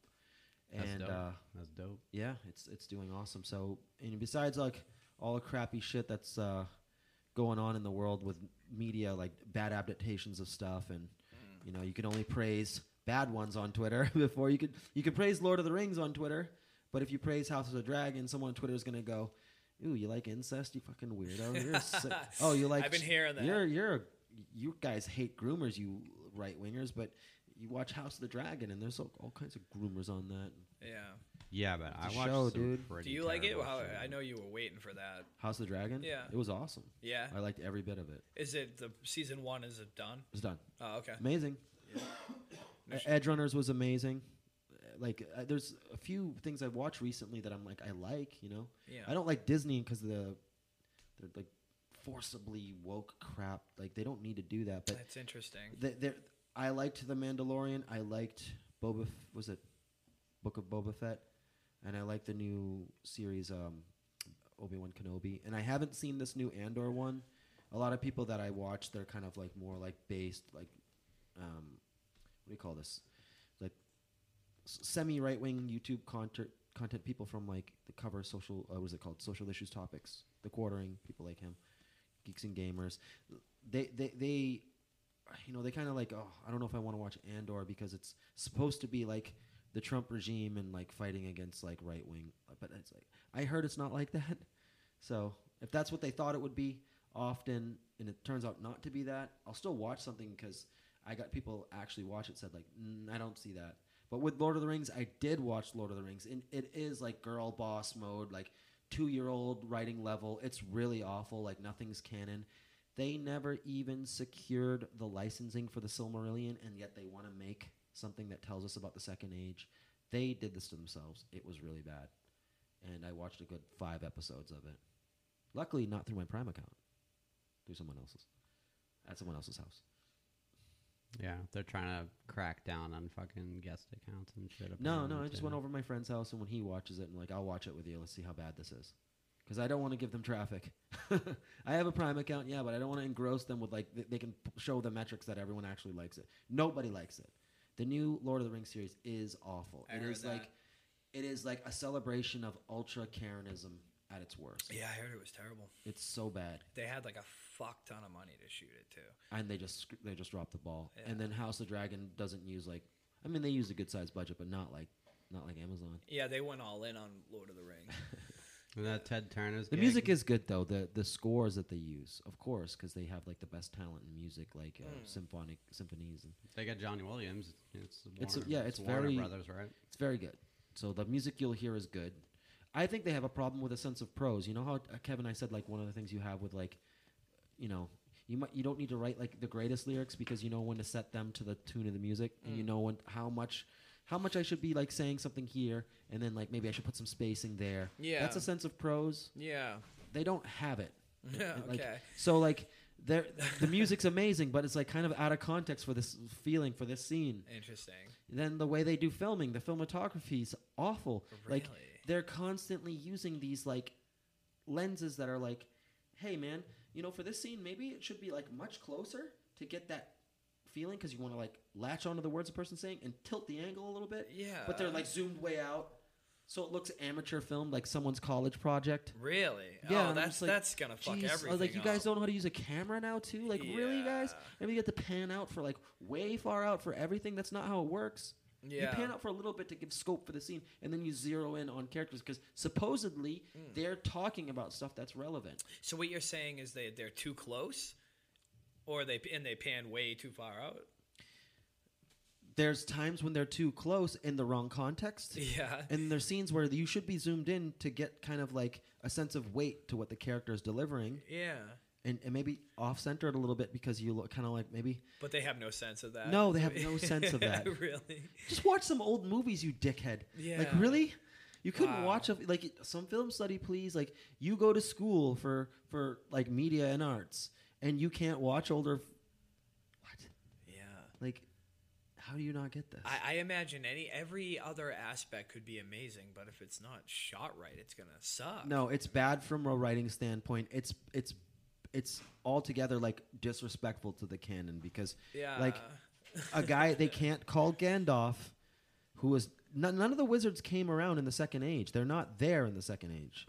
Speaker 4: That's
Speaker 3: and
Speaker 4: dope.
Speaker 3: uh,
Speaker 4: That's dope.
Speaker 3: yeah, it's it's doing awesome. So and besides like all the crappy shit that's uh, going on in the world with media, like bad adaptations of stuff, and you know you can only praise bad ones on Twitter before you could you could praise Lord of the Rings on Twitter, but if you praise House of the Dragon, someone on Twitter is gonna go, "Ooh, you like incest? You fucking weirdo! You're a sick. oh, you like?
Speaker 2: I've been hearing that.
Speaker 3: You're you're a, you guys hate groomers, you right wingers, but." You watch House of the Dragon, and there's all, all kinds of groomers on that.
Speaker 2: yeah.
Speaker 4: Yeah, but I
Speaker 3: a
Speaker 4: watched
Speaker 3: show,
Speaker 4: some
Speaker 3: dude.
Speaker 4: pretty
Speaker 2: Do you like it?
Speaker 4: terrible
Speaker 2: How,
Speaker 4: shit.
Speaker 2: I know you were waiting for that.
Speaker 3: House of the Dragon.
Speaker 2: Yeah.
Speaker 3: it was awesome.
Speaker 2: Yeah.
Speaker 3: I liked every bit of it.
Speaker 2: Is it the season one? Is it done?
Speaker 3: It's done.
Speaker 2: Oh, okay.
Speaker 3: Amazing. Uh, Edge Runners was amazing. Uh, Like, uh, there's a few things I've watched recently that I'm like, I like. You know,
Speaker 2: Yeah.
Speaker 3: I don't like Disney because the they're like forcibly woke crap. Like, they don't need to do that. But
Speaker 2: That's interesting.
Speaker 3: they, they're, I liked the Mandalorian. I liked Boba. F- was it Book of Boba Fett? And I like the new series um, Obi Wan Kenobi. And I haven't seen this new Andor one. A lot of people that I watch, they're kind of like more like based like um, what do you call this? Like semi right wing YouTube content content people from like the cover social uh, what is it called social issues topics the quartering people like him geeks and gamers they they they you know they kind of like oh I don't know if I want to watch Andor because it's supposed to be like the Trump regime and like fighting against like right wing but it's like I heard it's not like that so if that's what they thought it would be often and it turns out not to be that I'll still watch something because I got people actually watch it said like mm, I don't see that but with Lord of the Rings I did watch Lord of the Rings and it is like girl boss mode like two year old writing level it's really awful like nothing's canon they never even secured the licensing for the Silmarillion, and yet they want to make something that tells us about the Second Age. They did this to themselves. It was really bad. And I watched a good five episodes of it. Luckily, not through my Prime account, through someone else's. At someone else's house.
Speaker 4: Yeah, they're trying to crack down on fucking guest accounts and shit.
Speaker 3: No,
Speaker 4: apparently,
Speaker 3: no, I just
Speaker 4: too.
Speaker 3: went over to my friend's house, and when he watches it, I'm like, I'll watch it with you. Let's see how bad this is. Because I don't want to give them traffic. I have a Prime account, yeah, but I don't want to engross them with, like, th- they can p- show the metrics that everyone actually likes it. Nobody likes it. The new Lord of the Rings series is awful.
Speaker 2: I
Speaker 3: it
Speaker 2: heard
Speaker 3: is like, it is like a celebration of ultra Karenism at its worst.
Speaker 2: Yeah, I heard it was terrible.
Speaker 3: It's so bad,
Speaker 2: They had like a fuck ton of money to shoot it too.
Speaker 3: and they just sc- they just drop the ball.
Speaker 2: Yeah.
Speaker 3: And then House of the Dragon doesn't use like, I mean, they use a good sized budget, but not like, not like Amazon.
Speaker 2: Yeah, they went all in on Lord of the Rings.
Speaker 4: And that Ted Turner's.
Speaker 3: The
Speaker 4: gig?
Speaker 3: music is good though. The the scores that they use, of course, because they have like the best talent in music, like uh, symphonic symphonies, and
Speaker 4: They got Johnny Williams. It's Warner,
Speaker 3: It's a- yeah, it's
Speaker 4: Warner
Speaker 3: very-
Speaker 4: Brothers, right?
Speaker 3: it's very good. So the music you'll hear is good. I think they have a problem with a sense of prose. You know how uh, Kevin, I said like one of the things you have with like, you know, you might you don't need to write like the greatest lyrics because you know when to set them to the tune of the music, and you know when how much. How much I should be like saying something here, and then like maybe I should put some spacing there.
Speaker 2: Yeah.
Speaker 3: that's a sense of prose.
Speaker 2: yeah.
Speaker 3: they don't have it.
Speaker 2: Yeah,
Speaker 3: Like,
Speaker 2: okay.
Speaker 3: So like there the music's amazing, but it's like kind of out of context for this feeling for this scene.
Speaker 2: Interesting.
Speaker 3: Then the way they do filming, the cinematography's awful. Like
Speaker 2: Really?
Speaker 3: they're constantly using these like lenses that are like, hey man, you know, for this scene, maybe it should be like much closer to get that feeling because you want to like latch onto the words a person's saying and tilt the angle a little bit.
Speaker 2: Yeah.
Speaker 3: But they're like zoomed way out. So it looks amateur film, like someone's college project.
Speaker 2: Really?
Speaker 3: Yeah, and
Speaker 2: oh,
Speaker 3: I'm
Speaker 2: that's
Speaker 3: just like,
Speaker 2: that's gonna fuck
Speaker 3: "Jeez," I was
Speaker 2: everything.
Speaker 3: Like you guys
Speaker 2: up.
Speaker 3: don't know how to use a camera now, too. Like really, you guys?
Speaker 2: Yeah.
Speaker 3: And we get to pan out for like way far out for everything. That's not how it works. You
Speaker 2: Yeah.
Speaker 3: pan out for a little bit to give scope for the scene, and then you zero in on characters because supposedly
Speaker 2: Hmm.
Speaker 3: they're talking about stuff that's relevant.
Speaker 2: So what you're saying is they they're too close, or they and they pan way too far out.
Speaker 3: There's times when they're too close in the wrong context.
Speaker 2: Yeah.
Speaker 3: And there's scenes where you should be zoomed in to get kind of like a sense of weight to what the character is delivering,
Speaker 2: Yeah.
Speaker 3: and, and maybe off centered a little bit because you look kind of like maybe
Speaker 2: But they have no sense of that.
Speaker 3: No, they have no sense of that.
Speaker 2: really?
Speaker 3: Just watch some old movies, you dickhead. Like
Speaker 2: Yeah.
Speaker 3: really? You couldn't
Speaker 2: Wow.
Speaker 3: watch a, like some film study, please. Like you go to school for for like media and arts, and you can't watch older. What?
Speaker 2: Yeah.
Speaker 3: Like, how do you not get this?
Speaker 2: I, I imagine any every other aspect could be amazing, but if it's not shot right, it's gonna suck.
Speaker 3: no, it's bad from a writing standpoint. It's it's it's altogether like disrespectful to the canon because
Speaker 2: Yeah.
Speaker 3: like a guy they can't call Gandalf, who was none, none of the wizards came around in the Second Age. They're not there in the Second Age,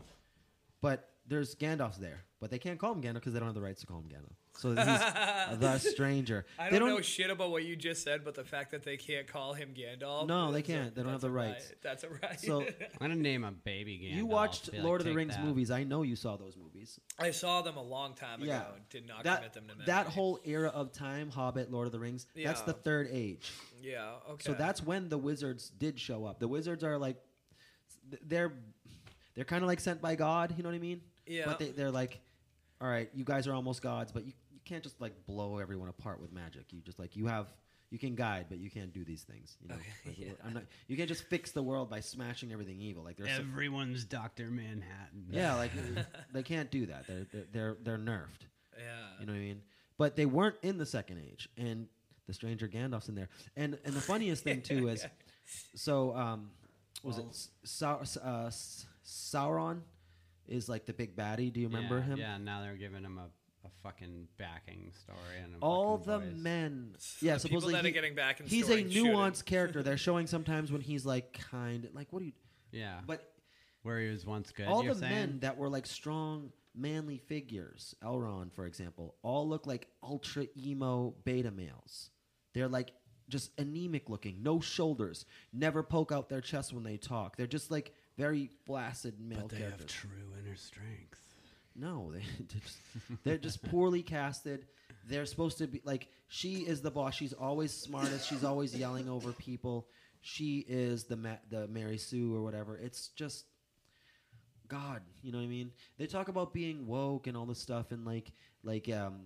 Speaker 3: but there's Gandalf's there, but they can't call him Gandalf because they don't have the rights to call him Gandalf. So he's the stranger.
Speaker 2: I
Speaker 3: they
Speaker 2: don't, know shit about what you just said, but the fact that they can't call him Gandalf.
Speaker 3: No, they
Speaker 2: that's a-
Speaker 3: can't. They don't have
Speaker 2: that's
Speaker 3: the
Speaker 2: a
Speaker 3: rights.
Speaker 2: Right. That's a right.
Speaker 3: So
Speaker 4: I'm gonna name a baby Gandalf.
Speaker 3: you watched
Speaker 4: Be like,
Speaker 3: Lord of the
Speaker 4: "Take
Speaker 3: Rings
Speaker 4: that."
Speaker 3: movies. I know you saw those movies.
Speaker 2: I saw them a long time ago.
Speaker 3: Yeah,
Speaker 2: Did not
Speaker 3: that
Speaker 2: commit them to memory.
Speaker 3: that whole era of time, Hobbit, Lord of the Rings. That's
Speaker 2: Yeah.
Speaker 3: the Third Age.
Speaker 2: Yeah. Okay.
Speaker 3: So that's when the wizards did show up. The wizards are like, they're they're kind of like sent by God. You know what I mean?
Speaker 2: Yeah.
Speaker 3: But they, they're like, all right, you guys are almost gods, but you you can't just like blow everyone apart with magic. You just like you have. You can guide, but you can't do these things. You know, Like, I'm not, you can't just fix the world by smashing everything evil. Like there's, some,
Speaker 4: Everyone's Doctor Manhattan.
Speaker 3: yeah, like they can't do that. They're they're they're, they're nerfed.
Speaker 2: yeah.
Speaker 3: You know what I mean? But they weren't in the second age, and the Stranger Gandalf's in there. And and the funniest thing too is, so um, was it S- Sau- S- uh, S- Sauron is like the big baddie. Do you remember
Speaker 4: yeah,
Speaker 3: him?
Speaker 4: Yeah, now they're giving him a, a fucking backing story and a
Speaker 3: All the
Speaker 4: fucking voice.
Speaker 3: men, yeah.
Speaker 2: the people
Speaker 3: supposedly
Speaker 2: that are
Speaker 3: he-
Speaker 2: getting back in
Speaker 3: he's
Speaker 2: story
Speaker 3: a
Speaker 2: shouldn't.
Speaker 3: nuanced character. They're showing sometimes when he's like kind, like what do you?
Speaker 2: Ah.
Speaker 4: Yeah, but
Speaker 3: But
Speaker 4: where he was once good.
Speaker 3: all
Speaker 4: you're
Speaker 3: the
Speaker 4: saying?
Speaker 3: men that were like strong, manly figures, Elrond, for example, all look like ultra emo beta males. They're like just anemic looking, no shoulders, never poke out their chest when they talk. They're just like very flaccid male
Speaker 4: but they have
Speaker 3: characters.
Speaker 4: true inner strength.
Speaker 3: no, they, they're, just, they're just poorly casted. They're supposed to be like she is the boss. She's always smartest. She's always yelling over people. She is the Ma- the Mary Sue or whatever. It's just God, you know what I mean? They talk about being woke and all this stuff, and like, like, um,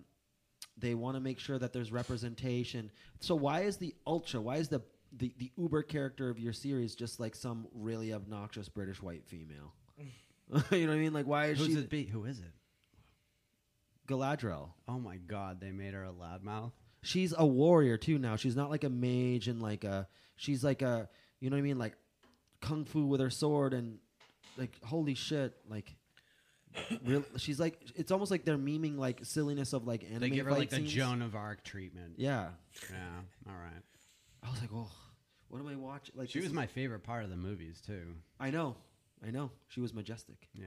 Speaker 3: they want to make sure that there's representation. So why is the ultra? Why is the the, the uber character of your series just like some really obnoxious British white female? you know what I mean? Like, why is
Speaker 4: Who's
Speaker 3: she
Speaker 4: it be? Who is it?
Speaker 3: Galadriel?
Speaker 4: Oh my god, they made her a loudmouth.
Speaker 3: She's a warrior too now. She's not like a mage and like a. She's like a. You know what I mean? Like, kung fu with her sword and like holy shit like. Real, she's like it's almost like they're memeing like silliness of like anime.
Speaker 4: They give her like
Speaker 3: fight
Speaker 4: the
Speaker 3: scenes.
Speaker 4: Joan of Arc treatment.
Speaker 3: Yeah,
Speaker 4: Yeah, all right.
Speaker 3: I was like, oh, what am I watching? Like
Speaker 4: She
Speaker 3: this
Speaker 4: was
Speaker 3: is-
Speaker 4: my favorite part of the movies too.
Speaker 3: I know, I know. She was majestic.
Speaker 4: Yeah,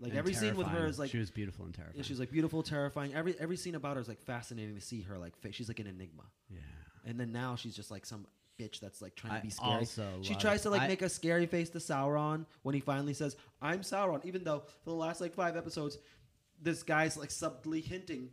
Speaker 3: Like,
Speaker 4: And
Speaker 3: every scene with her
Speaker 4: terrifying.
Speaker 3: is like-
Speaker 4: she was beautiful and terrifying.
Speaker 3: Yeah, she's like beautiful, terrifying. Every every scene about her is like fascinating to see her. Like fa- she's like an enigma.
Speaker 4: yeah.
Speaker 3: And then now she's just like some bitch that's like trying
Speaker 4: I
Speaker 3: to be scary.
Speaker 4: also
Speaker 3: she
Speaker 4: love-
Speaker 3: tries to like
Speaker 4: I-
Speaker 3: make a scary face to Sauron when he finally says, "I'm Sauron," even though for the last like five episodes, this guy's like subtly hinting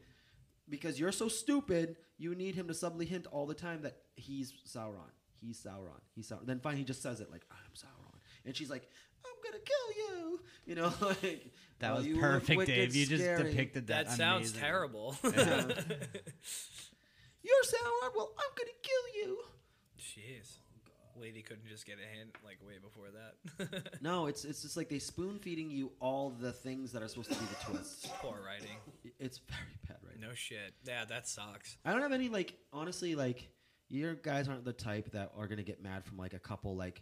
Speaker 3: because you're so stupid. You need him to subtly hint all the time that he's Sauron. He's Sauron. He's Sauron. Then finally he just says it like, "I'm Sauron," and she's like, "I'm gonna kill you." You know, like
Speaker 4: That
Speaker 3: "Oh,
Speaker 4: was
Speaker 3: you look
Speaker 4: perfect,
Speaker 3: wicked
Speaker 4: Dave. You just
Speaker 3: scary."
Speaker 4: depicted that.
Speaker 2: that sounds
Speaker 4: amazing.
Speaker 2: terrible.
Speaker 3: You're Sauron. Well, I'm gonna kill you.
Speaker 2: Jeez. Lady couldn't just get a hint like way before that.
Speaker 3: No, it's it's just like they spoon feeding you all the things that are supposed to be the twists.
Speaker 2: Poor writing.
Speaker 3: It's very bad right now.
Speaker 2: No shit. Yeah, that sucks.
Speaker 3: I don't have any like honestly like your guys aren't the type that are gonna get mad from like a couple like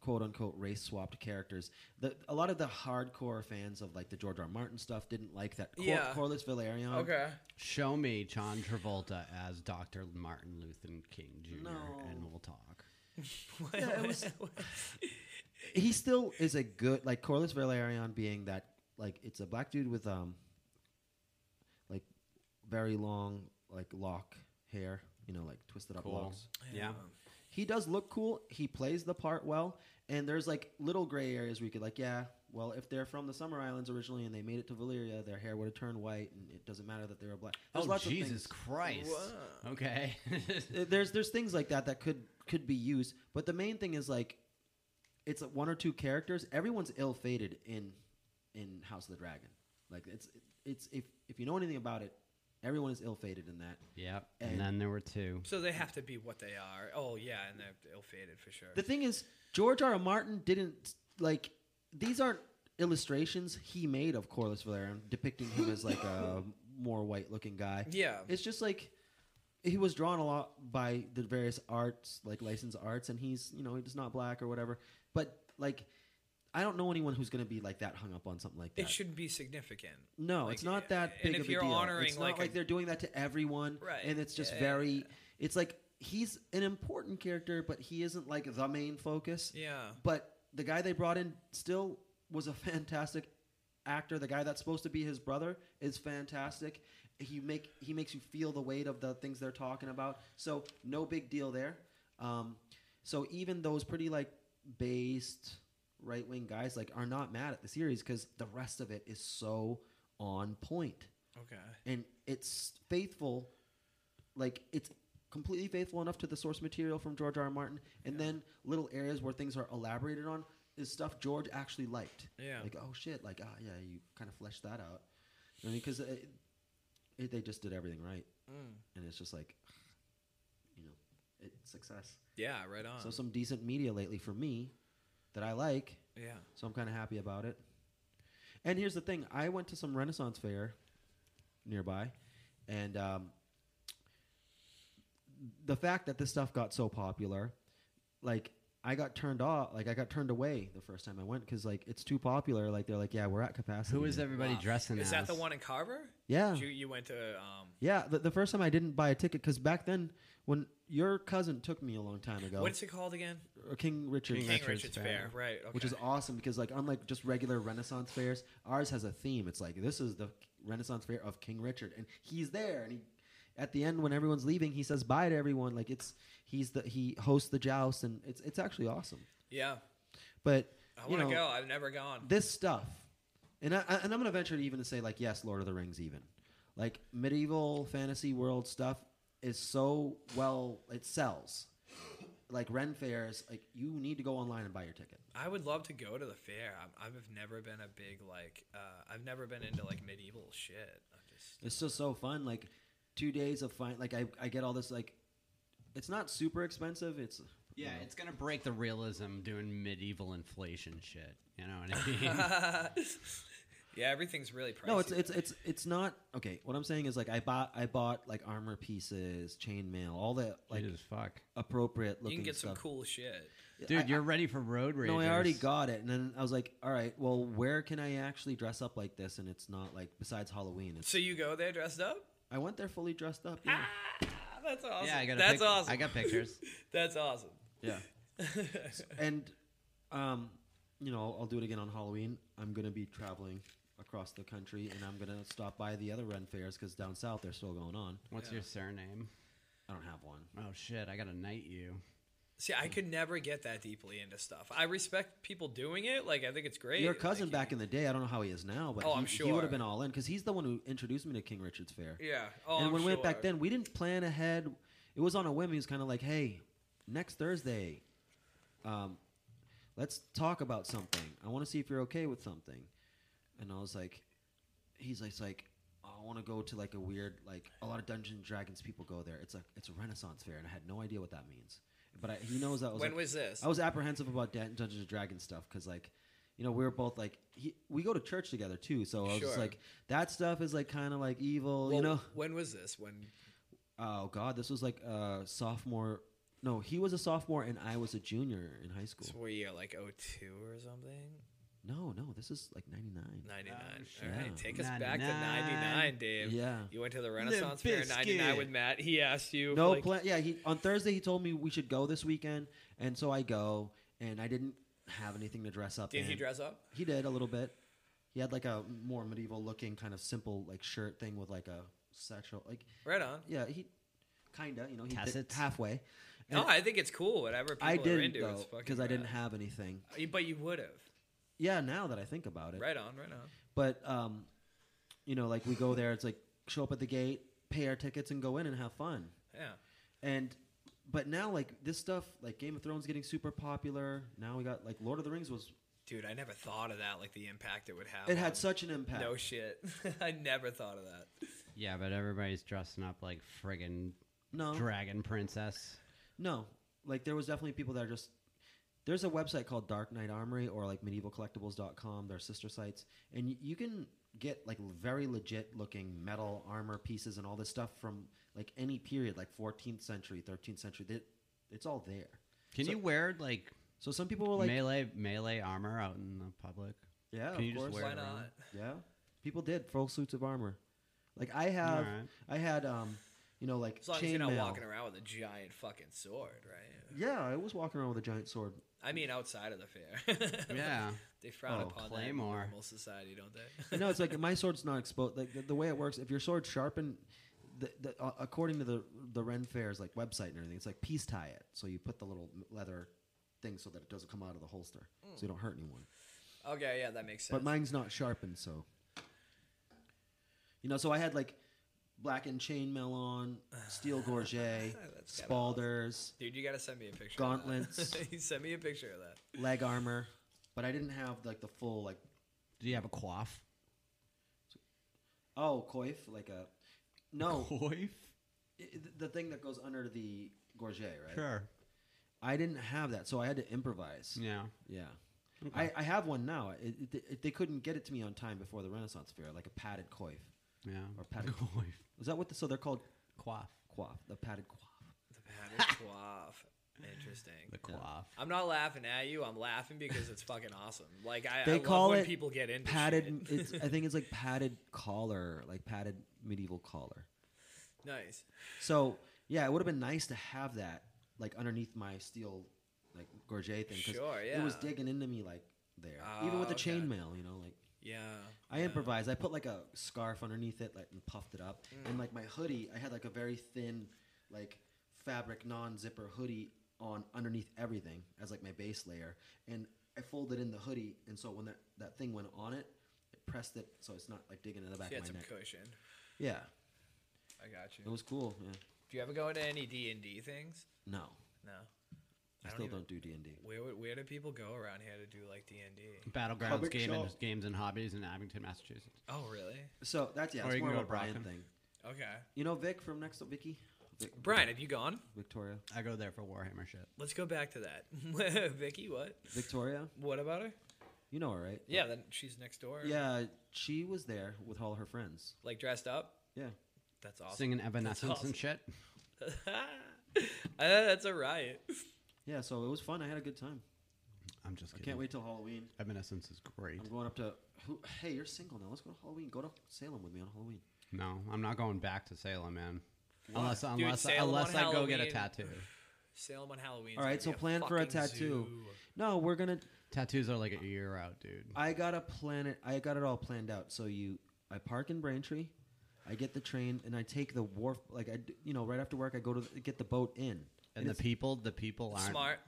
Speaker 3: quote unquote race swapped characters. The, a lot of the hardcore fans of like the George R. R. Martin stuff didn't like that. Cor-
Speaker 2: Yeah.
Speaker 3: Corliss Valerian.
Speaker 2: Okay.
Speaker 4: Show me John Travolta as Dr. Martin Luther King Jr.
Speaker 3: No.
Speaker 4: and we'll talk.
Speaker 3: Yeah, it was, he still is a good like Corliss Valerian being that like it's a black dude with um like very long like lock hair, you know, like twisted up
Speaker 4: Cool.
Speaker 3: locks.
Speaker 4: Yeah.
Speaker 3: He does look cool. He plays the part well, and there's like little gray areas where you could like, yeah, well, if they're from the Summer Islands originally and they made it to Valyria, their hair would have turned white, and it doesn't matter that they were black. There's
Speaker 4: oh
Speaker 3: lots
Speaker 4: Jesus
Speaker 3: of
Speaker 4: Christ.
Speaker 2: Wow.
Speaker 4: Okay.
Speaker 3: things. Uh, There's there's things like that that could could be used, but the main thing is like, it's uh, one or two characters. Everyone's ill fated in in House of the Dragon. Like it's it's if if you know anything about it, everyone is ill fated in that.
Speaker 4: yep.
Speaker 3: And-
Speaker 4: And then there were two.
Speaker 2: So they have to be what they are. Oh yeah, and they're ill fated for sure.
Speaker 3: The thing is, George R. R. Martin didn't like these aren't illustrations he made of Corliss Valerian depicting him as like a more white looking guy.
Speaker 2: yeah.
Speaker 3: It's just like he was drawn a lot by the various arts, like licensed arts, and he's you know he's not black or whatever. But like, I don't know anyone who's going to be like that hung up on something like that.
Speaker 2: It shouldn't be significant.
Speaker 3: No,
Speaker 2: Like,
Speaker 3: it's not that
Speaker 2: and
Speaker 3: big
Speaker 2: if
Speaker 3: of a
Speaker 2: you're
Speaker 3: deal.
Speaker 2: honoring,
Speaker 3: it's not
Speaker 2: like,
Speaker 3: like,
Speaker 2: a-
Speaker 3: they're doing that to everyone,
Speaker 2: Right,
Speaker 3: And it's just
Speaker 2: yeah,
Speaker 3: very.
Speaker 2: yeah.
Speaker 3: It's like he's an important character, but he isn't like the main focus.
Speaker 2: Yeah.
Speaker 3: But the guy they brought in still was a fantastic actor. The guy that's supposed to be his brother is fantastic. He make he makes you feel the weight of the things they're talking about. So no big deal there. Um, so even those pretty like based right wing guys like are not mad at the series because the rest of it is so on point
Speaker 2: Okay.
Speaker 3: and it's faithful like it's completely faithful enough to the source material from george r R. martin and then little areas where things are elaborated on is stuff george actually liked
Speaker 2: Yeah.
Speaker 3: like oh shit like ah yeah you kind of fleshed that out i mean because it, it, they just did everything right
Speaker 2: Mm.
Speaker 3: and it's just like you know it's success
Speaker 2: Yeah. Right on.
Speaker 3: so some decent media lately for me that i like
Speaker 2: yeah.
Speaker 3: so I'm kind of happy about it. And here's the thing: I went to some Renaissance fair nearby, and um, the fact that this stuff got so popular, like I got turned off, like I got turned away the first time I went because like it's too popular. Like they're like, yeah, we're at capacity.
Speaker 4: Who is
Speaker 3: now."
Speaker 4: everybody
Speaker 2: Wow.
Speaker 4: dressing
Speaker 2: Is
Speaker 4: as?
Speaker 2: that the one in Carver?
Speaker 3: Yeah,
Speaker 2: You you went to um.
Speaker 3: yeah. The, the first time I didn't buy a ticket because back then, when your cousin took me a long time ago,
Speaker 2: What's it called again?
Speaker 3: or King Richard,
Speaker 2: King Richard's, Fair. Right. Okay.
Speaker 3: which is awesome because like unlike just regular Renaissance fairs, ours has a theme. It's like this is the Renaissance fair of King Richard, and he's there, and he at the end when everyone's leaving, he says bye to everyone. Like it's he's the he hosts the joust, and it's it's actually awesome.
Speaker 2: yeah.
Speaker 3: But
Speaker 2: I
Speaker 3: you
Speaker 2: want
Speaker 3: know
Speaker 2: to go. I've never gone.
Speaker 3: this stuff, and I, I- and I'm gonna venture to even to say like yes, Lord of the Rings even like medieval fantasy world stuff is so well it sells. Like Ren fairs, like you need to go online and buy your ticket.
Speaker 2: I would love to go to the fair. I'm, I've never been a big like. Uh, I've never been into like medieval shit. I'm just
Speaker 3: It's just so fun. Like two days of fun. Like I, I get all this. Like it's not super expensive. It's you
Speaker 4: Yeah,
Speaker 3: know.
Speaker 4: it's gonna break the realism doing medieval inflation shit. You know what I
Speaker 2: yeah. Everything's really pricey.
Speaker 3: no, it's it's it's it's not okay. What I'm saying is like I bought I bought like armor pieces, chainmail, all the like
Speaker 4: mean? Like, fuck,
Speaker 3: appropriate
Speaker 2: you
Speaker 3: looking.
Speaker 2: can get some
Speaker 3: stuff.
Speaker 2: cool shit.
Speaker 4: dude,
Speaker 3: I-
Speaker 4: you're ready for road rage.
Speaker 3: No, I already got it, and then I was like, all right, well, where can I actually dress up like this? And it's not like besides Halloween. It's,
Speaker 2: So you go there dressed up?
Speaker 3: I went there fully dressed up. Yeah,
Speaker 2: Ah, That's awesome.
Speaker 4: Yeah, I got. a
Speaker 2: That's
Speaker 4: pic-
Speaker 2: awesome.
Speaker 4: I got pictures.
Speaker 2: That's awesome.
Speaker 3: yeah. and um, you know, I'll, I'll do it again on Halloween. I'm gonna be traveling across the country, and I'm gonna stop by the other Ren fairs because down south they're still going on.
Speaker 4: What's
Speaker 2: Yeah.
Speaker 4: your surname?
Speaker 3: I don't have one.
Speaker 4: Oh shit, I gotta knight you.
Speaker 2: See, I could never get that deeply into stuff. I respect people doing it. Like, I think it's great.
Speaker 3: Your cousin
Speaker 2: Like,
Speaker 3: back in the day, I don't know how he is now, but
Speaker 2: Oh,
Speaker 3: he,
Speaker 2: I'm
Speaker 3: would
Speaker 2: sure.
Speaker 3: have been all in because he's the one who introduced me to King Richard's Fair.
Speaker 2: Yeah. Oh,
Speaker 3: and
Speaker 2: I'm
Speaker 3: when we went back
Speaker 2: sure.
Speaker 3: then, we didn't plan ahead. It was on a whim. He was kind of like, "Hey, next Thursday, um, let's talk about something. I want to see if you're okay with something." And I was like, "He's like, it's like I want to go to like a weird like a lot of Dungeons and Dragons people go there. It's like it's a Renaissance fair, and I had no idea what that means. But I, he knows that was
Speaker 2: when
Speaker 3: like-
Speaker 2: was this?
Speaker 3: I was apprehensive about Dan- Dungeons and Dragons stuff because, like, you know, we were both like, he, we go to church together too. So I was just
Speaker 2: Sure.
Speaker 3: like, that stuff is like kind of like evil,
Speaker 2: Well,
Speaker 3: you know?
Speaker 2: When was this? When
Speaker 3: Oh God, this was like uh, sophomore No, he was a sophomore and I was a junior in high
Speaker 2: So
Speaker 3: school.
Speaker 2: what year, like 02 or something?
Speaker 3: No, no, this is like '99.
Speaker 2: 99.
Speaker 4: shit.
Speaker 2: All right, take us back to
Speaker 4: 99.
Speaker 2: 99, Dave.
Speaker 3: Yeah.
Speaker 2: You went to the Renaissance Fair in 99 with
Speaker 5: Bizkit.
Speaker 2: Matt. He asked you. if,
Speaker 3: No
Speaker 2: like,
Speaker 3: plan. Yeah, he on Thursday he told me we should go this weekend, and so I go, and I didn't have anything to dress up.
Speaker 2: Did he
Speaker 3: in.
Speaker 2: dress up?
Speaker 3: He did a little bit. He had like a more medieval looking kind of simple like shirt thing with like a satchel. Like
Speaker 2: Right on.
Speaker 3: yeah, he kinda you know he did
Speaker 4: Tassets.
Speaker 3: halfway.
Speaker 2: No,
Speaker 3: And
Speaker 2: I think it's cool. Whatever people
Speaker 3: I
Speaker 2: are
Speaker 3: didn't
Speaker 2: into,
Speaker 3: though
Speaker 2: it's fucking
Speaker 3: because I didn't
Speaker 2: rad.
Speaker 3: have anything.
Speaker 2: Uh, But you would have.
Speaker 3: Yeah, now that I think about it,
Speaker 2: Right on, right on.
Speaker 3: but um, you know like we go there. It's like show up at the gate, pay our tickets, and go in and have fun.
Speaker 2: Yeah.
Speaker 3: and but now like this stuff like game of thrones getting super popular now we got like lord of the rings was
Speaker 2: Dude, I never thought of that, like the impact it would have.
Speaker 3: it had
Speaker 2: on-
Speaker 3: such an impact
Speaker 2: Uh-huh. No shit. I never thought of that.
Speaker 4: Yeah, but everybody's dressing up like friggin'
Speaker 3: no
Speaker 4: dragon princess.
Speaker 3: no like there was definitely people that are just there's a website called dark knight armory or like medievalcollectibles.com they're sister sites and y- you can get like very legit looking metal armor pieces and all this stuff from like any period like 14th century 13th century they, it's all there
Speaker 4: Can
Speaker 3: So-
Speaker 4: you wear like,
Speaker 3: so some people were like
Speaker 4: melee melee armor out in the public?
Speaker 3: yeah
Speaker 4: can you
Speaker 3: of
Speaker 4: just
Speaker 3: course
Speaker 4: wear
Speaker 2: Why
Speaker 4: it
Speaker 2: not?
Speaker 4: around?
Speaker 3: Yeah, people did full suits of armor. Like I have,
Speaker 4: Alright.
Speaker 3: I had, um, you know, like
Speaker 2: As long as you're not
Speaker 3: chainmail.
Speaker 2: walking around with a giant fucking sword, right?
Speaker 3: Yeah, I was walking around with a giant sword.
Speaker 2: I mean, outside of the fair.
Speaker 4: Yeah.
Speaker 2: They frown
Speaker 3: Oh,
Speaker 2: upon that
Speaker 4: Claymore.
Speaker 2: in normal society, don't they?
Speaker 3: You know, it's like my sword's not exposed. Like the, the way it works, if your sword's sharpened, the, the, uh, according to the the Ren Fair's like website and everything, it's like peace tie it. So you put the little leather thing so that it doesn't come out of the holster,
Speaker 2: Hmm.
Speaker 3: so you don't hurt anyone.
Speaker 2: okay, yeah, that makes sense.
Speaker 3: But mine's not sharpened, so you know. So I had like blackened chainmail on, steel gorget,
Speaker 2: That's kinda awesome.
Speaker 3: spalders.
Speaker 2: Dude, you gotta send me a picture. Of
Speaker 3: Gauntlets.
Speaker 2: that. you send me a picture of that.
Speaker 3: leg armor, but I didn't have like the full like
Speaker 4: Do you have a quaff?
Speaker 3: oh coif like a no
Speaker 4: Coif?
Speaker 3: i- the thing that goes under the gorget right.
Speaker 4: Sure.
Speaker 3: I didn't have that, so I had to improvise. Yeah,
Speaker 4: Yeah.
Speaker 3: I, I have one now. It, it, it- they couldn't get it to me on time before the Renaissance fair, like a padded coif.
Speaker 4: Yeah.
Speaker 3: Or padded- Is that what? The, so they're called
Speaker 4: Quaff.
Speaker 3: coif, the padded coif.
Speaker 2: The padded quaff. Interesting.
Speaker 4: The quaff.
Speaker 2: I'm not laughing at you. I'm laughing because it's fucking awesome. Like I,
Speaker 3: They
Speaker 2: I
Speaker 3: call
Speaker 2: love when
Speaker 3: it
Speaker 2: people get into
Speaker 3: Padded.
Speaker 2: shit.
Speaker 3: It's, I think it's like padded collar, like padded medieval collar.
Speaker 2: nice.
Speaker 3: So yeah, it would have been nice to have that like underneath my steel like gorget thing. 'cause
Speaker 2: Sure,
Speaker 3: It was
Speaker 2: yeah.
Speaker 3: digging into me like there, even with
Speaker 2: Ah,
Speaker 3: the
Speaker 2: okay.
Speaker 3: chainmail. You know, like
Speaker 2: Yeah.
Speaker 3: I
Speaker 2: yeah.
Speaker 3: improvised. I put like a scarf underneath it, like and puffed it up,
Speaker 2: Mm.
Speaker 3: and like my hoodie, I had like a very thin, like fabric non-zipper hoodie on underneath everything as like my base layer, and I folded in the hoodie, and so when that that thing went on it, it pressed it so it's not like digging in the back
Speaker 2: She
Speaker 3: of
Speaker 2: had
Speaker 3: my
Speaker 2: some
Speaker 3: neck.
Speaker 2: cushion.
Speaker 3: yeah,
Speaker 2: I got you.
Speaker 3: it was cool. Yeah,
Speaker 2: Do you ever go into any D and D things?
Speaker 3: no,
Speaker 2: No.
Speaker 3: I,
Speaker 2: I don't
Speaker 3: still
Speaker 2: even-
Speaker 3: don't do D and D.
Speaker 2: Where would- where do people go around here to do like D and D?
Speaker 4: Battlegrounds
Speaker 3: Public
Speaker 4: game and
Speaker 3: shop.
Speaker 4: games and hobbies in Abington, Massachusetts.
Speaker 2: Oh really?
Speaker 3: So that's yeah,
Speaker 4: Or
Speaker 3: it's
Speaker 4: you can
Speaker 3: more of
Speaker 4: go
Speaker 3: a
Speaker 4: to
Speaker 3: Brian
Speaker 4: Brockham.
Speaker 3: thing.
Speaker 2: Okay.
Speaker 3: You know Vic from Next Up Vicky? Vic,
Speaker 2: Brian, have you gone?
Speaker 3: Victoria.
Speaker 4: I go there for Warhammer shit.
Speaker 2: Let's go back to that. Vicky, what?
Speaker 3: Victoria?
Speaker 2: What about her?
Speaker 3: You know her, right?
Speaker 2: Yeah, then she's next door.
Speaker 3: Yeah, she was there with all her friends.
Speaker 2: Like dressed up.
Speaker 3: Yeah.
Speaker 2: That's awesome.
Speaker 4: Singing Evanescence
Speaker 2: awesome.
Speaker 4: and shit.
Speaker 2: Uh, that's a riot.
Speaker 3: Yeah, so it was fun. I had a good time.
Speaker 4: I'm just
Speaker 3: I
Speaker 4: kidding.
Speaker 3: can't wait Um, till Halloween.
Speaker 4: Evanescence is great.
Speaker 3: I'm going up to who, Hey, you're single now. Let's go to Halloween. Go to Salem with me on Halloween.
Speaker 4: No, I'm not going back to Salem, man. Unless unless
Speaker 2: Salem
Speaker 4: unless I
Speaker 2: on
Speaker 4: go get a
Speaker 2: Halloween.
Speaker 4: tattoo.
Speaker 2: Salem on Halloween.
Speaker 3: All right, so plan for a tattoo. No, we're going to
Speaker 4: Tattoos are like a year out, dude.
Speaker 3: I got to plan it. I got it all planned out. So you I park in Braintree. I get the train and I take the wharf like I d- you know, right after work I go to the, get the boat in.
Speaker 4: And the
Speaker 3: it's-
Speaker 4: people, the people aren't
Speaker 2: Smart.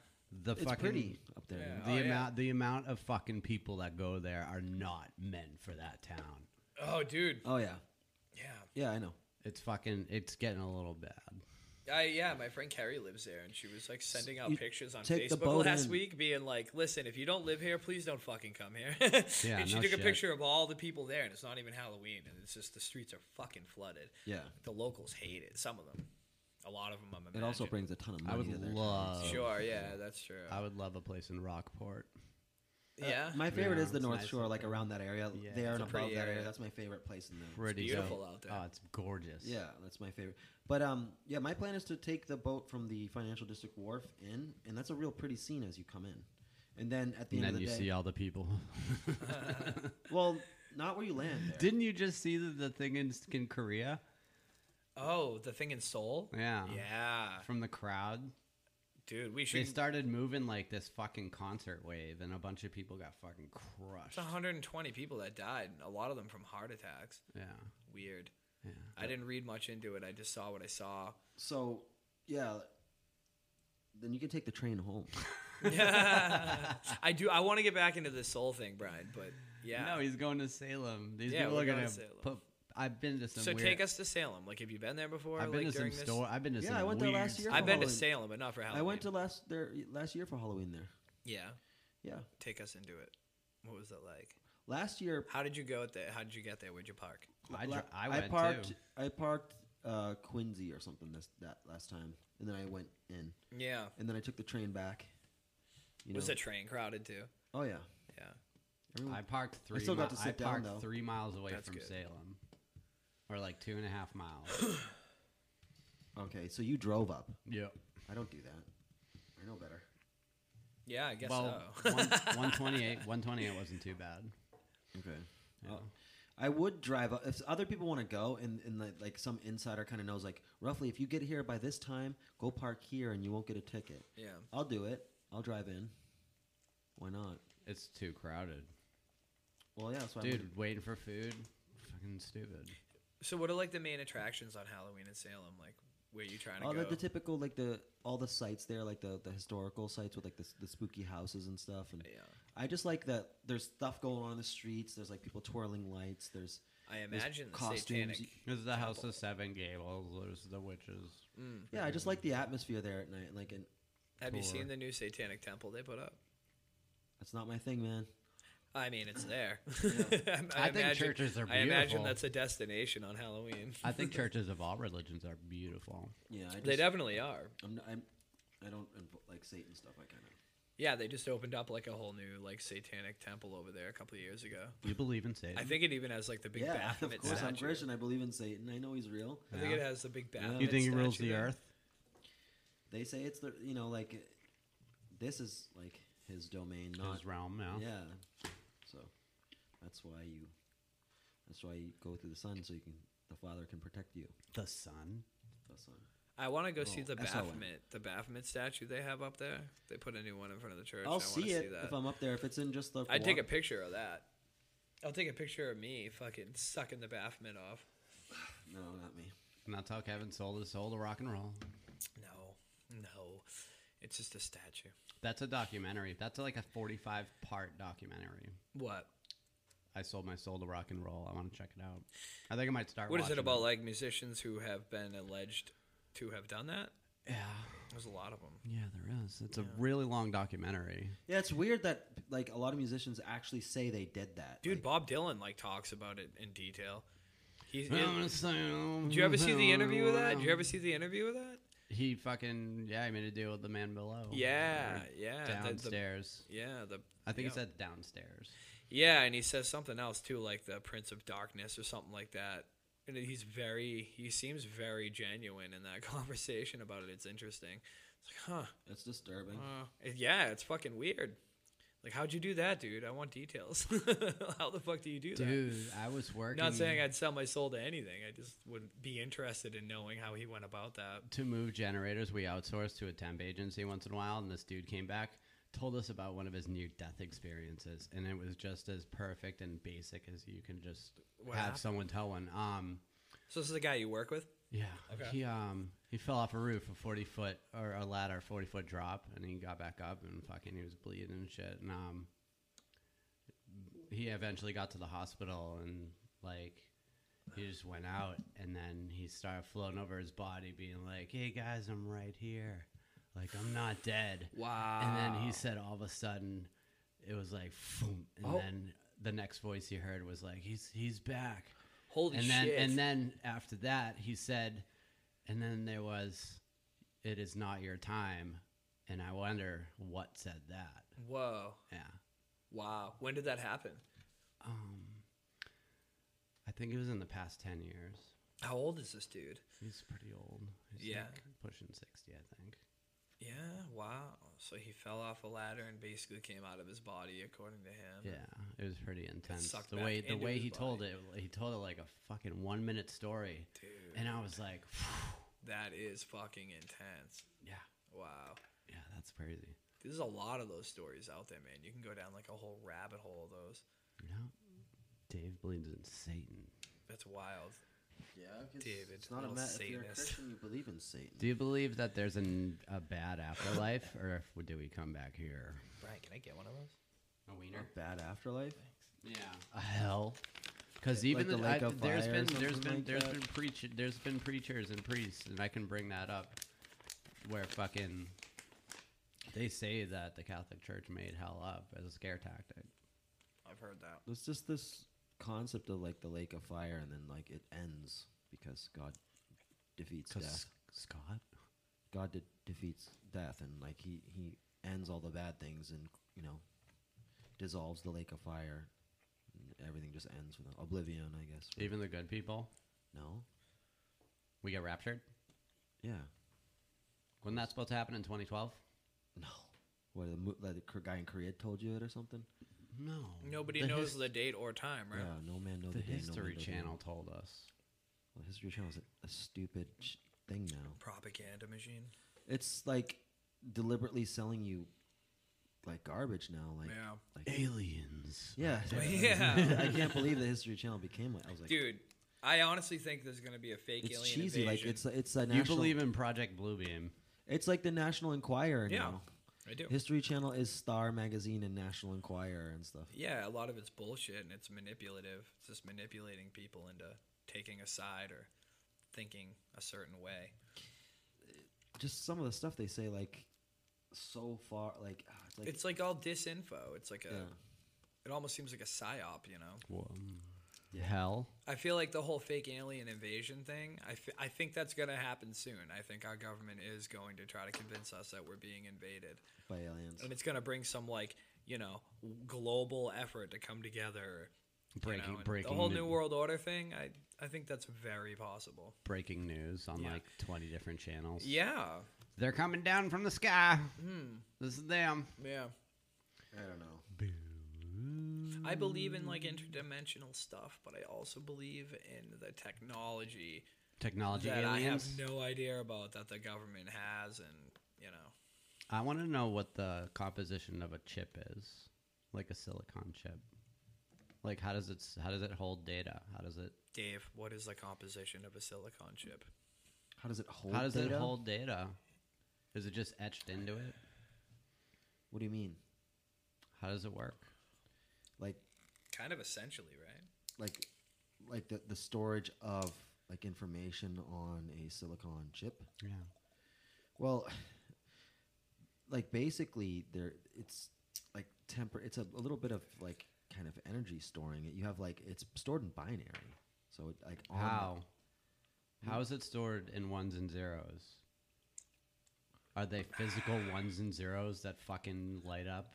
Speaker 4: The
Speaker 3: it's
Speaker 4: fucking
Speaker 3: pretty up there.
Speaker 2: Yeah.
Speaker 4: the
Speaker 2: Oh, yeah.
Speaker 4: amount the amount of fucking people that go there are not men for that town.
Speaker 2: Oh, dude.
Speaker 3: Oh yeah.
Speaker 2: Yeah.
Speaker 3: Yeah, I know.
Speaker 4: It's fucking it's getting a little bad.
Speaker 2: I yeah. My friend Carrie lives there, and she was like sending out
Speaker 3: You
Speaker 2: pictures on
Speaker 3: take the
Speaker 2: Facebook
Speaker 3: boat
Speaker 2: last
Speaker 3: in.
Speaker 2: week, being like, "Listen, if you don't live here, please don't fucking come here." and she
Speaker 4: no
Speaker 2: took a
Speaker 4: shit.
Speaker 2: picture of all the people there, and it's not even Halloween, and it's just the streets are fucking flooded.
Speaker 3: Yeah.
Speaker 2: The locals hate it. Some of them. A lot of them. I'm
Speaker 3: It also
Speaker 2: imagining.
Speaker 3: brings a ton of money.
Speaker 4: I would
Speaker 3: to their
Speaker 4: love
Speaker 3: towns.
Speaker 2: Sure. Yeah, that's true.
Speaker 4: I would love a place in Rockport.
Speaker 3: Uh,
Speaker 2: yeah.
Speaker 3: my favorite
Speaker 4: Yeah,
Speaker 3: is the
Speaker 4: it's
Speaker 3: North
Speaker 4: nice
Speaker 3: Shore,
Speaker 4: up
Speaker 3: like
Speaker 4: there.
Speaker 3: around that area.
Speaker 4: Yeah.
Speaker 3: there and
Speaker 4: It's
Speaker 2: a
Speaker 3: above
Speaker 2: pretty
Speaker 3: that area.
Speaker 2: area.
Speaker 3: That's my favorite place in the
Speaker 4: Pretty dope.
Speaker 2: beautiful out there.
Speaker 4: Oh, it's gorgeous.
Speaker 3: Yeah, that's my favorite. But um, yeah, my plan is to take the boat from the financial district wharf in, and that's a real pretty scene as you come in. And then at the
Speaker 4: And
Speaker 3: end of
Speaker 4: then
Speaker 3: the
Speaker 4: you
Speaker 3: day,
Speaker 4: see all the people.
Speaker 3: well, not where you land. There.
Speaker 4: Didn't you just see the, the thing in, in Korea
Speaker 2: Oh, the thing in Seoul.
Speaker 4: Yeah.
Speaker 2: Yeah,
Speaker 4: from the crowd?
Speaker 2: dude, we
Speaker 4: They
Speaker 2: should.
Speaker 4: started moving like this fucking concert wave, and a bunch of people got fucking crushed.
Speaker 2: It's 120 people that died, and a lot of them from heart attacks.
Speaker 4: Yeah,
Speaker 2: Weird.
Speaker 4: yeah.
Speaker 2: I didn't read much into it. I just saw what I saw.
Speaker 3: So yeah, then you can take the train home.
Speaker 2: I do. I want to get back into the soul thing, Brian. But yeah.
Speaker 4: No, he's going to Salem. These
Speaker 2: Yeah,
Speaker 4: people
Speaker 2: we're
Speaker 4: are
Speaker 2: going
Speaker 4: gonna
Speaker 2: to Salem.
Speaker 4: put. I've been to some.
Speaker 2: so
Speaker 4: weird,
Speaker 2: take us to Salem. Like, have you been there before?
Speaker 4: I've been
Speaker 2: like,
Speaker 4: to some
Speaker 2: during this?
Speaker 4: store. I've been to
Speaker 3: Yeah,
Speaker 4: some.
Speaker 3: I went there
Speaker 4: weird
Speaker 3: last year.
Speaker 2: I've been to
Speaker 3: Halloween.
Speaker 2: Salem, but not for Halloween.
Speaker 3: I went to last there last year for Halloween there.
Speaker 2: Yeah,
Speaker 3: Yeah,
Speaker 2: take us into it. What was it like?
Speaker 3: last year
Speaker 2: How did you go at that? How did you get there? Where'd you park?
Speaker 4: I,
Speaker 3: la-
Speaker 4: dri- I went
Speaker 3: parked
Speaker 4: too.
Speaker 3: I parked uh, Quincy or something this that last time, and then I went in,
Speaker 2: Yeah.
Speaker 3: and then I took the train back. You
Speaker 2: was
Speaker 3: know?
Speaker 2: the train crowded too?
Speaker 3: Oh yeah,
Speaker 2: Yeah.
Speaker 3: everyone.
Speaker 4: I parked three.
Speaker 3: still got
Speaker 4: mi-
Speaker 3: to sit
Speaker 4: I
Speaker 3: down,
Speaker 4: parked
Speaker 3: though.
Speaker 4: three miles away
Speaker 2: That's
Speaker 4: from
Speaker 2: good.
Speaker 4: Salem, or like two and a half miles.
Speaker 3: Okay, so you drove up.
Speaker 4: yep.
Speaker 3: I don't do that. I know better.
Speaker 2: Yeah, I guess
Speaker 4: Well,
Speaker 2: so.
Speaker 4: one twenty eight. One twenty eight wasn't too bad.
Speaker 3: Okay. Uh, I would drive up if other people want to go, and, and like, like some insider kind of knows, like roughly, if you get here by this time, go park here, and you won't get a ticket.
Speaker 2: yeah.
Speaker 3: I'll do it. I'll drive in. Why not?
Speaker 4: It's too crowded,
Speaker 3: Well, yeah, that's why. I'm
Speaker 4: dude. Waiting for food, fucking stupid.
Speaker 2: So what are like the main attractions on Halloween in Salem? Like, where you trying to
Speaker 3: all
Speaker 2: go?
Speaker 3: Oh, the, the typical like the all the sites there, like the, the historical sites with like the, s- the spooky houses and stuff. And
Speaker 2: Yeah.
Speaker 3: I just like that. There's stuff going on in the streets. There's like people twirling lights. There's
Speaker 2: I
Speaker 3: there's
Speaker 2: imagine the
Speaker 3: costumes.
Speaker 2: satanic.
Speaker 4: There's the House of Seven Gables. There's the witches.
Speaker 3: Yeah, I just like the atmosphere there at night. Like, and
Speaker 2: Have you
Speaker 4: tour.
Speaker 2: seen the new satanic temple they put up?
Speaker 3: that's not my thing, man.
Speaker 2: I mean, it's there.
Speaker 4: I think churches are
Speaker 2: I imagine
Speaker 4: beautiful.
Speaker 2: that's a destination on Halloween.
Speaker 4: I think churches of all religions are beautiful.
Speaker 3: Yeah, I just,
Speaker 2: they definitely are.
Speaker 3: I'm, not- I'm, I don't inv- like Satan stuff. I kind of.
Speaker 2: Yeah, they just opened up like a whole new like satanic temple over there a couple of years ago.
Speaker 4: You believe in Satan?
Speaker 2: I think it even has like the big
Speaker 3: Yeah,
Speaker 2: Baphomet
Speaker 3: of course I'm
Speaker 2: statue.
Speaker 3: Christian. I believe in Satan. I know he's real.
Speaker 2: I think it has the big Baphomet.
Speaker 4: You think he rules
Speaker 2: statue
Speaker 4: the
Speaker 2: there.
Speaker 4: earth?
Speaker 3: They say it's the you know like this is like his domain, not
Speaker 4: His realm. Yeah.
Speaker 3: yeah. So that's why you that's why you go through the sun so you can the Father can protect you.
Speaker 4: The sun.
Speaker 3: The sun.
Speaker 2: I want to go see
Speaker 3: Oh,
Speaker 2: the
Speaker 3: that's not one.
Speaker 2: Baphomet, the Baphomet statue they have up there. They put a new one in front of the church. I
Speaker 3: I'll
Speaker 2: wanna
Speaker 3: see it
Speaker 2: that.
Speaker 3: if I'm up there. If it's in just the
Speaker 2: I'd take a
Speaker 3: water-
Speaker 2: picture of that. I'll take a picture of me fucking sucking the Baphomet off.
Speaker 3: no, not me.
Speaker 4: And that's how Kevin sold his soul to rock and roll.
Speaker 2: No, no, it's just a statue.
Speaker 4: That's a documentary. That's like a 45 part documentary.
Speaker 2: What?
Speaker 4: I sold my soul to rock and roll. I want to check it out. I think I might start.
Speaker 2: What is it
Speaker 4: watching
Speaker 2: about like musicians who have been alleged to have done that?
Speaker 4: Yeah,
Speaker 2: There's a lot of them.
Speaker 4: yeah, there is. It's a really long documentary.
Speaker 3: Yeah, it's weird that like a lot of musicians actually say they did that.
Speaker 2: Dude,
Speaker 3: Like,
Speaker 2: Bob Dylan like talks about it in detail. He's.
Speaker 4: I'm um,
Speaker 2: Did
Speaker 4: saying-
Speaker 2: you ever see the interview with that? Did you ever see the interview with that?
Speaker 4: He fucking yeah, he made a deal with the man below.
Speaker 2: Yeah,
Speaker 4: Oh, Or
Speaker 2: yeah. the- the-
Speaker 4: downstairs.
Speaker 2: yeah, the.
Speaker 4: I think
Speaker 2: yeah.
Speaker 4: he said downstairs.
Speaker 2: Yeah, and he says something else too, like the Prince of Darkness or something like that. And he's very, he seems very genuine in that conversation about it. It's interesting. It's like,
Speaker 3: it's disturbing.
Speaker 2: huh? Uh, it- yeah, it's fucking weird. Like, how'd you do that, dude? I want details. How the fuck do you do that?
Speaker 4: I was working.
Speaker 2: Not saying I'd sell my soul to anything. I just would be interested in knowing how he went about that.
Speaker 4: to move generators, we outsourced to a temp agency once in a while, and this dude came back, told us about one of his near death experiences, and it was just as perfect and basic as you can just
Speaker 2: What
Speaker 4: have
Speaker 2: happened?
Speaker 4: someone tell one. Um,
Speaker 2: So this is the guy you work with.
Speaker 4: yeah,
Speaker 2: Okay.
Speaker 4: he um he fell off a roof, a forty foot or a ladder, forty foot drop, and he got back up and fucking he was bleeding and shit, and um he eventually got to the hospital and like he just went out and then he started floating over his body being like hey guys i'm right here like i'm not dead
Speaker 2: Wow.
Speaker 4: and then he said all of a sudden it was like "Phoom," and
Speaker 2: Oh.
Speaker 4: then the next voice he heard was like he's he's back
Speaker 2: Holy
Speaker 4: and then
Speaker 2: shit.
Speaker 4: and then after that he said and then there was it is not your time and i wonder what said that
Speaker 2: Whoa.
Speaker 4: yeah
Speaker 2: Wow. When did that happen?
Speaker 4: Um, I think it was in the past ten years.
Speaker 2: How old is this dude?
Speaker 4: He's pretty old. He's
Speaker 2: Yeah.
Speaker 4: like pushing sixty, I think.
Speaker 2: Yeah. Wow. So he fell off a ladder and basically came out of his body, according to him.
Speaker 4: Yeah, it was pretty intense.
Speaker 2: sucked
Speaker 4: The
Speaker 2: back
Speaker 4: way the
Speaker 2: into
Speaker 4: way
Speaker 2: his
Speaker 4: he told it, he told it like a fucking one minute story,
Speaker 2: Dude.
Speaker 4: and I was like,
Speaker 2: That is fucking intense.
Speaker 4: yeah,
Speaker 2: Wow.
Speaker 4: yeah, that's crazy.
Speaker 2: There's a lot of those stories out there, man. You can go down like a whole rabbit hole of those.
Speaker 4: You know, Dave believes in Satan.
Speaker 2: That's wild.
Speaker 6: Yeah, 'cause
Speaker 2: David,
Speaker 6: It's not a
Speaker 2: little
Speaker 6: matter if you're a
Speaker 2: Satanist.
Speaker 6: Christian, you believe in Satan.
Speaker 4: Do you believe that there's an, a bad afterlife, or if, do we come back here?
Speaker 2: Brian, can I get one of those?
Speaker 4: A
Speaker 6: A bad afterlife.
Speaker 4: Yeah. A hell. Because even
Speaker 6: the
Speaker 4: the,
Speaker 6: lake
Speaker 4: I-
Speaker 6: of
Speaker 4: there's
Speaker 6: fire or
Speaker 4: been there's
Speaker 6: something
Speaker 4: been
Speaker 6: like
Speaker 4: there's
Speaker 6: that?
Speaker 4: been preach there's been preachers and priests, and I can bring that up, where fucking they say that the Catholic Church made hell up as a scare tactic.
Speaker 2: I've heard that.
Speaker 6: It's just
Speaker 3: this concept of like the lake of fire and then like it ends because God defeats
Speaker 4: Because
Speaker 3: death.
Speaker 4: Scott,
Speaker 3: God de- defeats death and like he he ends all the bad things and you know dissolves the lake of fire. And everything just ends with oblivion, I guess.
Speaker 4: even the good people,
Speaker 3: No.
Speaker 4: we get raptured.
Speaker 3: Yeah.
Speaker 4: Wasn't that supposed to happen in 2012?
Speaker 3: No. What the, mo- like the K- guy in Korea told you it or something?
Speaker 4: No.
Speaker 2: Nobody
Speaker 4: The
Speaker 2: knows
Speaker 4: his-
Speaker 2: the date or time, right?
Speaker 3: Yeah. No man knows
Speaker 4: the
Speaker 3: the, day, no
Speaker 4: History
Speaker 3: man knows the
Speaker 4: Channel
Speaker 3: hour.
Speaker 4: told us.
Speaker 3: Well, History Channel is a, a stupid sh- thing now.
Speaker 2: Propaganda machine.
Speaker 3: It's like deliberately selling you like garbage now. Like
Speaker 2: Yeah.
Speaker 3: Like,
Speaker 4: Aliens.
Speaker 3: yeah.
Speaker 2: Yeah.
Speaker 3: I can't believe the History Channel became like. I was like,
Speaker 2: Dude, I honestly think there's going to be a fake
Speaker 3: it's
Speaker 2: alien
Speaker 3: cheesy.
Speaker 2: invasion.
Speaker 3: Like it's it's a
Speaker 4: You
Speaker 3: national.
Speaker 4: believe in Project Bluebeam?
Speaker 3: It's like the National Enquirer
Speaker 2: Yeah.
Speaker 3: now.
Speaker 2: I do.
Speaker 3: History Channel is Star Magazine and National Enquirer and stuff.
Speaker 2: yeah, a lot of it's bullshit and it's manipulative. It's just manipulating people into taking a side or thinking a certain way.
Speaker 3: Just some of the stuff they say, like so far, like ah, it's like,
Speaker 2: it's uh, like all disinfo. It's like a.
Speaker 3: Yeah.
Speaker 2: It almost seems like a psyop, you know.
Speaker 4: Hell.
Speaker 2: I feel like the whole fake alien invasion thing. I, f- I think that's going to happen soon. I think our government is going to try to convince us that we're being invaded,
Speaker 3: by aliens.
Speaker 2: and it's going to bring some like you know global effort to come together. you
Speaker 4: Breaking-
Speaker 2: know, and
Speaker 4: breaking
Speaker 2: the whole
Speaker 4: new-
Speaker 2: new world order thing. I I think that's very possible.
Speaker 4: breaking news on
Speaker 2: Yeah.
Speaker 4: like 20 different channels.
Speaker 2: Yeah, Hmm.
Speaker 4: They're coming down from the sky. This is them.
Speaker 2: yeah.
Speaker 6: I don't know.
Speaker 2: I believe in like interdimensional stuff, but I also believe in the technology
Speaker 4: Technology
Speaker 2: that
Speaker 4: aliens.
Speaker 2: I have no idea about that the government has, and you know.
Speaker 4: I want to know what the composition of a chip is. Like a silicon chip. Like how does it s- how does it hold data? How does it
Speaker 2: Dave, what is the composition of a silicon chip?
Speaker 3: how does it hold?
Speaker 4: How does
Speaker 3: data?
Speaker 4: it hold data? Is it just etched into it?
Speaker 3: What do you mean?
Speaker 4: How does it work?
Speaker 3: Like
Speaker 2: Kind of essentially, right?
Speaker 3: like like the the storage of like information on a silicon chip.
Speaker 4: Yeah.
Speaker 3: Well, like basically there it's like temper it's a, a little bit of like kind of energy storing it. You have like it's stored in binary. So it like on
Speaker 4: How? How is it stored in ones and zeros? Are they physical ones and zeros that fucking light up?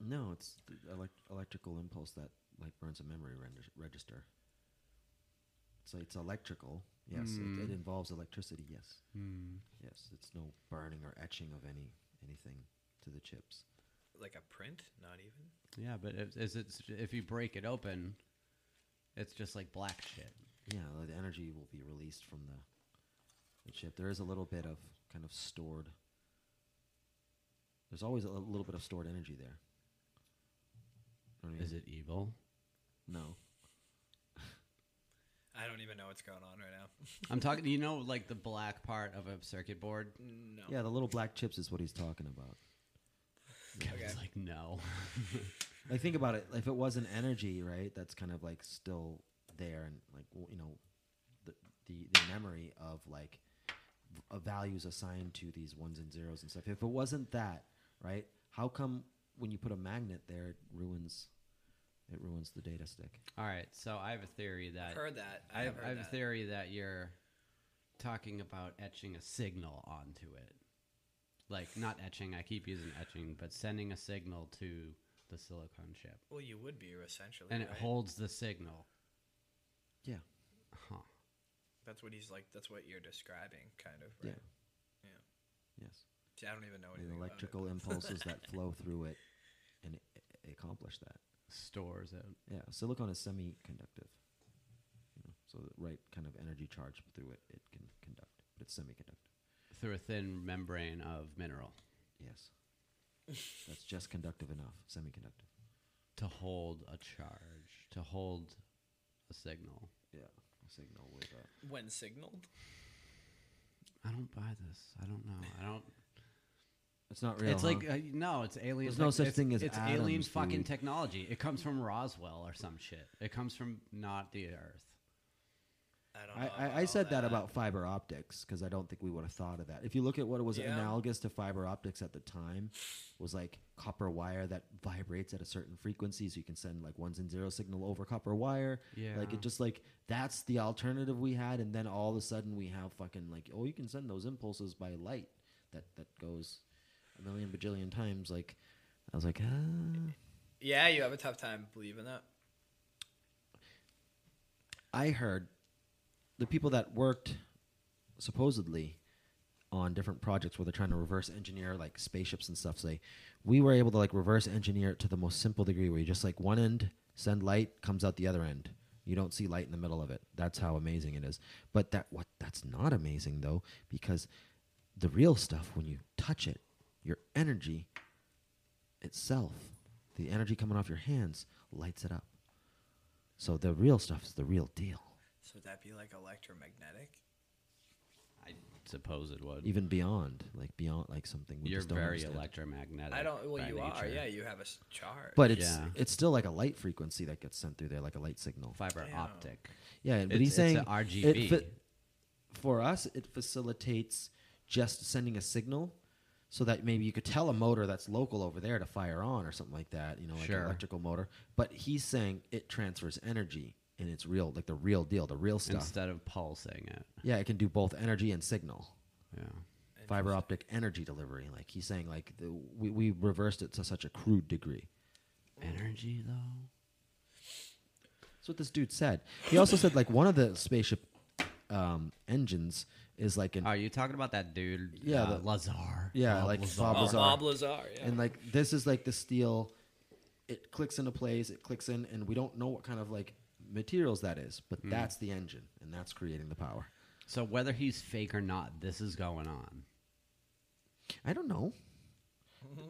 Speaker 3: No, it's the elect- electrical impulse that like burns a memory reg- register. So it's electrical. Yes, it, it involves electricity. Yes, yes. It's no burning or etching of any anything to the chips.
Speaker 2: Like a print? Not even.
Speaker 4: Yeah, but if, is it if you break it open, it's just like black shit.
Speaker 3: Yeah, the energy will be released from the, the chip. There is a little bit of kind of stored. There's always a li- little bit of stored energy there. Know what I
Speaker 4: Is
Speaker 3: mean?
Speaker 4: it evil?
Speaker 3: No.
Speaker 2: I don't even know what's going on right now.
Speaker 4: I'm talking. You know, like the black part of a circuit board.
Speaker 2: no.
Speaker 3: Yeah, the little black chips is what he's talking about.
Speaker 4: It's like no.
Speaker 3: Like think about it. If it was an energy, right? That's kind of like still there, and like w- you know, the the, the memory of like v- uh, values assigned to these ones and zeros and stuff. If it wasn't that, right? How come when you put a magnet there, it ruins it ruins the data stick?
Speaker 4: All right, so I have a theory that
Speaker 2: I've heard that.
Speaker 4: I have,
Speaker 2: heard
Speaker 4: I have a
Speaker 2: that.
Speaker 4: theory that you're talking about etching a signal onto it. Like, not etching, I keep using etching, but sending a signal to the silicon chip,
Speaker 2: Well, you would be essentially,
Speaker 4: and it
Speaker 2: right?
Speaker 4: holds the signal.
Speaker 3: Yeah.
Speaker 4: Huh.
Speaker 2: That's what he's like. That's what you're describing, kind of.
Speaker 3: Yeah.
Speaker 2: Right? Oh,
Speaker 3: Yes.
Speaker 2: See, I don't even know
Speaker 3: And
Speaker 2: anything. About
Speaker 3: electrical impulses that flow through it and it, it accomplish that.
Speaker 4: Stores it.
Speaker 3: Yeah, silicon is semiconductive. You know, so the right kind of energy charge through it, it can conduct. But it's semiconductor.
Speaker 4: through a thin membrane of mineral
Speaker 3: Yes. That's just conductive enough. Semiconductor.
Speaker 4: to hold a charge, to hold a signal.
Speaker 3: Yeah. A signal with a
Speaker 2: it. when signaled.
Speaker 4: I don't buy this. I don't know. I don't.
Speaker 3: It's not real.
Speaker 4: it's
Speaker 3: huh?
Speaker 4: like uh, no, it's alien.
Speaker 3: Uh-huh. There's no
Speaker 4: tech-
Speaker 3: such
Speaker 4: it's-
Speaker 3: thing as
Speaker 4: it's alien
Speaker 3: atoms,
Speaker 4: fucking
Speaker 3: dude.
Speaker 4: technology. It comes from Roswell or some shit. It comes from not the Earth.
Speaker 2: I don't.
Speaker 3: I,
Speaker 2: Know
Speaker 3: I, I
Speaker 2: about
Speaker 3: said that. about fiber optics because I don't think we would have thought of that. If you look at what was
Speaker 2: Yeah.
Speaker 3: analogous to fiber optics at the time, was like copper wire that vibrates at a certain frequency, so you can send like ones and zero signal over copper wire. like
Speaker 4: Yeah.
Speaker 3: it just like that's the alternative we had, and then all of a sudden we have fucking like oh you can send those impulses by light that that goes a million bajillion times. Like I was like ah.
Speaker 2: Yeah, you have a tough time believing that.
Speaker 3: I heard the people that worked supposedly on different projects where they're trying to reverse engineer like spaceships and stuff say we were able to like reverse engineer it to the most simple degree where you just like one end send light comes out the other end you don't see light in the middle of it that's how amazing it is but that what that's not amazing though because the real stuff when you touch it your energy itself the energy coming off your hands lights it up so the real stuff is the real deal
Speaker 2: So would that be like electromagnetic?
Speaker 4: I suppose it would.
Speaker 3: even beyond like beyond like something we
Speaker 4: You're
Speaker 3: just don't
Speaker 4: very
Speaker 3: understand.
Speaker 4: electromagnetic.
Speaker 2: I don't. Well,
Speaker 4: by
Speaker 2: you are.
Speaker 4: nature.
Speaker 2: Yeah, you have a s- charge.
Speaker 3: but it's
Speaker 4: Yeah.
Speaker 3: it's still like a light frequency that gets sent through there like a light signal
Speaker 4: Fiber
Speaker 2: Damn.
Speaker 4: optic.
Speaker 3: yeah but
Speaker 4: It's-
Speaker 3: he's saying
Speaker 4: it's a RGB.
Speaker 3: it fa- for us it facilitates just sending a signal so that maybe you could tell a motor that's local over there to fire on or something like that you know like
Speaker 4: Sure.
Speaker 3: an electrical motor but he's saying it transfers energy and it's real like the real deal the real stuff
Speaker 4: instead of pulsing it.
Speaker 3: yeah it can do both energy and signal
Speaker 4: Yeah.
Speaker 3: fiber optic energy delivery like he's saying like the, we, we reversed it to such a crude degree
Speaker 4: Energy though.
Speaker 3: That's what this dude said. He also said like one of the spaceship um, engines is like an
Speaker 4: Are you talking about that dude?
Speaker 3: Yeah,
Speaker 4: uh,
Speaker 3: the-
Speaker 4: Lazar.
Speaker 3: yeah,
Speaker 4: Bob
Speaker 3: like
Speaker 4: Lazar.
Speaker 3: Bob
Speaker 2: oh,
Speaker 3: Lazar.
Speaker 2: Bob Lazar. Yeah.
Speaker 3: and like this is like the steel. It clicks into place. It clicks in, and we don't know what kind of like materials that is, but that's the engine, and that's creating the power.
Speaker 4: So whether he's fake or not, this is going on.
Speaker 3: I don't know.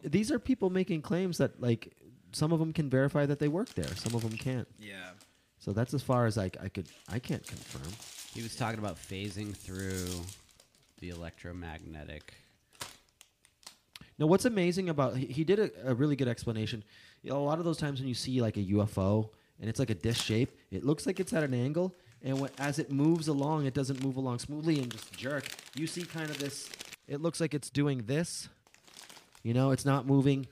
Speaker 3: These are people making claims that like some of them can verify that they work there, some of them can't.
Speaker 2: yeah.
Speaker 3: So that's as far as I, I could. I can't confirm.
Speaker 4: He was talking about phasing through the electromagnetic.
Speaker 3: Now, what's amazing about he, he did a, a really good explanation. You know, a lot of those times when you see like a UFO and it's like a disc shape, it looks like it's at an angle, and when, as it moves along, it doesn't move along smoothly and just jerk. You see kind of this. It looks like it's doing this. You know, it's not moving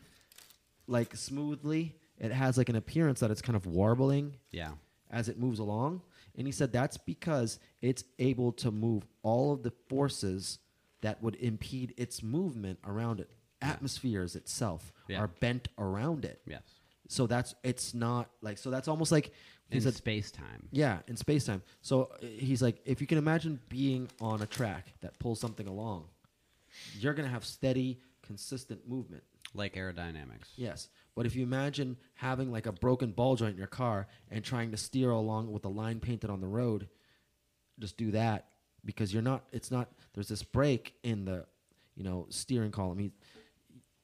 Speaker 3: like smoothly. It has like an appearance that it's kind of warbling
Speaker 4: Yeah.
Speaker 3: as it moves along. And he said that's because it's able to move all of the forces that would impede its movement around it. Atmospheres itself
Speaker 4: Yeah.
Speaker 3: are bent around it.
Speaker 4: Yes.
Speaker 3: So that's it's not like so that's almost like he
Speaker 4: In
Speaker 3: said
Speaker 4: space time.
Speaker 3: yeah, in space time. So uh, he's like, if you can imagine being on a track that pulls something along, you're gonna have steady, consistent movement.
Speaker 4: Like aerodynamics.
Speaker 3: Yes. But if you imagine having like a broken ball joint in your car and trying to steer along with a line painted on the road, just do that because you're not, it's not, there's this break in the, you know, steering column. He-